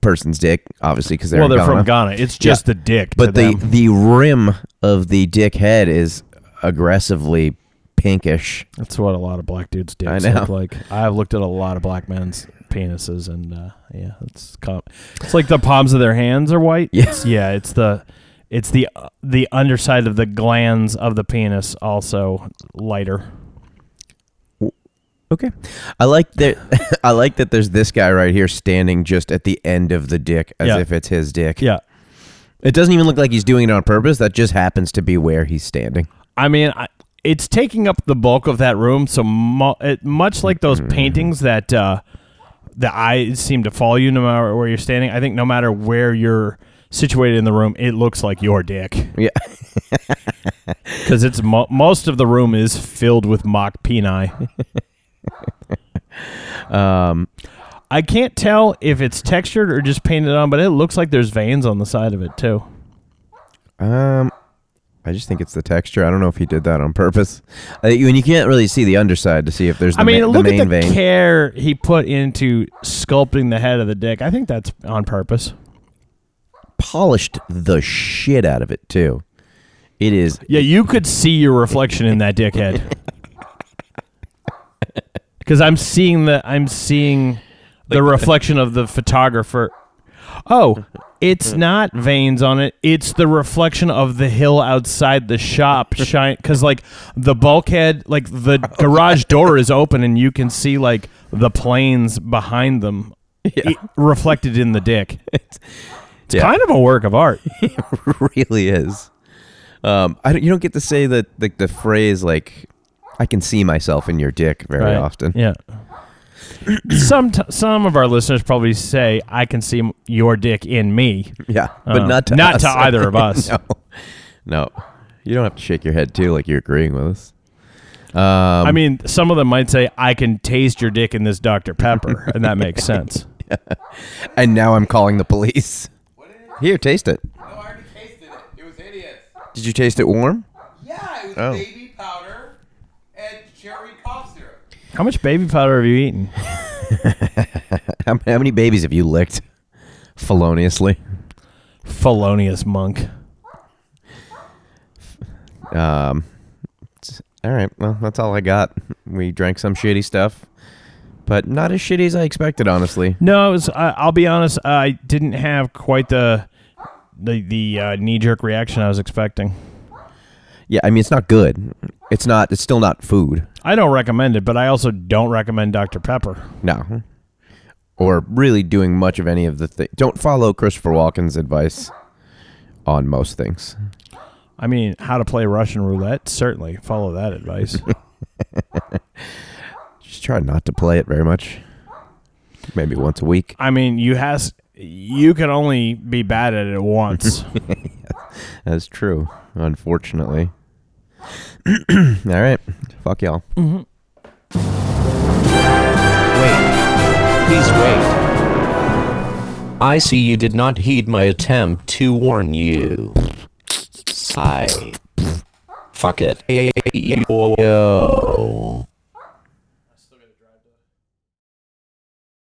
Speaker 4: person's dick, obviously, because they're
Speaker 3: well,
Speaker 4: in
Speaker 3: they're
Speaker 4: Ghana.
Speaker 3: from Ghana. It's just the dick.
Speaker 4: But
Speaker 3: to
Speaker 4: the
Speaker 3: them.
Speaker 4: the rim of the dick head is aggressively pinkish.
Speaker 3: that's what a lot of black dudes' dicks
Speaker 4: know.
Speaker 3: look like. I've looked at a lot of black men's penises, and uh, yeah, it's com- it's like the palms of their hands are white.
Speaker 4: Yeah.
Speaker 3: It's- yeah, it's the it's the uh, the underside of the glands of the penis also lighter.
Speaker 4: Okay. I like that <laughs> I like that there's this guy right here standing just at the end of the dick as
Speaker 3: Yeah.
Speaker 4: if it's his dick.
Speaker 3: Yeah,
Speaker 4: It doesn't even look like he's doing it on purpose. That just happens to be where he's standing. <laughs>
Speaker 3: I mean, I, it's taking up the bulk of that room. So mu- it, much like those paintings that uh, the eyes seem to follow you no matter where you're standing. I think no matter where you're situated in the room, it looks like your dick
Speaker 4: Yeah.
Speaker 3: because it's mo- most of the room is filled with mock peni.
Speaker 4: Um
Speaker 3: I can't tell if it's textured or just painted on, but it looks like there's veins on the side of it too.
Speaker 4: um I just think it's the texture. I don't know if he did that on purpose. Uh, you- and you can't really see the underside to see if there's the,
Speaker 3: I mean,
Speaker 4: ma- the
Speaker 3: look
Speaker 4: main
Speaker 3: at the
Speaker 4: vein.
Speaker 3: care he put into sculpting the head of the dick. I think that's on purpose.
Speaker 4: Polished the shit out of it too. It is <laughs>
Speaker 3: Yeah, you could see your reflection in that dickhead. Because I'm seeing the I'm seeing the reflection of the photographer. Oh, it's not veins on it. It's the reflection of the hill outside the shop shine. Because like the bulkhead, like the garage door is open, and you can see like the planes behind them i- reflected in the dick. It's,
Speaker 4: Yeah.
Speaker 3: kind of a work of art.
Speaker 4: really is. Um, I don't, you don't get to say that like the phrase like I can see myself in your dick very
Speaker 3: Right.
Speaker 4: often.
Speaker 3: <clears throat> Yeah. some t- some of our listeners probably say, "I can see m- your dick in me,"
Speaker 4: Yeah, but
Speaker 3: Uh,
Speaker 4: not to
Speaker 3: not
Speaker 4: us.
Speaker 3: to either
Speaker 4: <laughs>
Speaker 3: of us.
Speaker 4: no. no, you don't have to shake your head too like you're agreeing with us. Um,
Speaker 3: I mean, some of them might say, "I can taste your dick in this Dr <laughs> Pepper," and that makes sense.
Speaker 4: and now I'm calling the police.
Speaker 5: What is it?
Speaker 4: Here, taste it.
Speaker 5: No, I already tasted it. It was hideous.
Speaker 4: Did you taste it warm?
Speaker 5: Yeah, it was
Speaker 4: Oh.
Speaker 5: baby powder and cherry cough syrup.
Speaker 3: How much baby powder have you eaten?
Speaker 4: How, how many babies have you licked feloniously?
Speaker 3: Felonious monk.
Speaker 4: Um, it's- all right, well, that's all I got. We drank some shitty stuff, but not as shitty as I expected, honestly.
Speaker 3: No, it was, I I'll be honest. I didn't have quite the the the uh, knee jerk reaction I was expecting.
Speaker 4: Yeah, I mean it's not good. It's not. It's still not food.
Speaker 3: I don't recommend it, but I also don't recommend Dr Pepper.
Speaker 4: No, or really doing much of any of the thing. Don't follow Christopher Walken's advice on most things.
Speaker 3: I mean, how to play Russian roulette? Certainly follow that advice.
Speaker 4: Just try not to play it very much. Maybe once a week.
Speaker 3: I mean, you has you can only be bad at it once.
Speaker 4: That's true. Unfortunately. <clears throat> all right. Fuck y'all.
Speaker 1: Wait. Please wait. I see you did not heed my attempt to warn you. Sigh. Fuck it. Yo.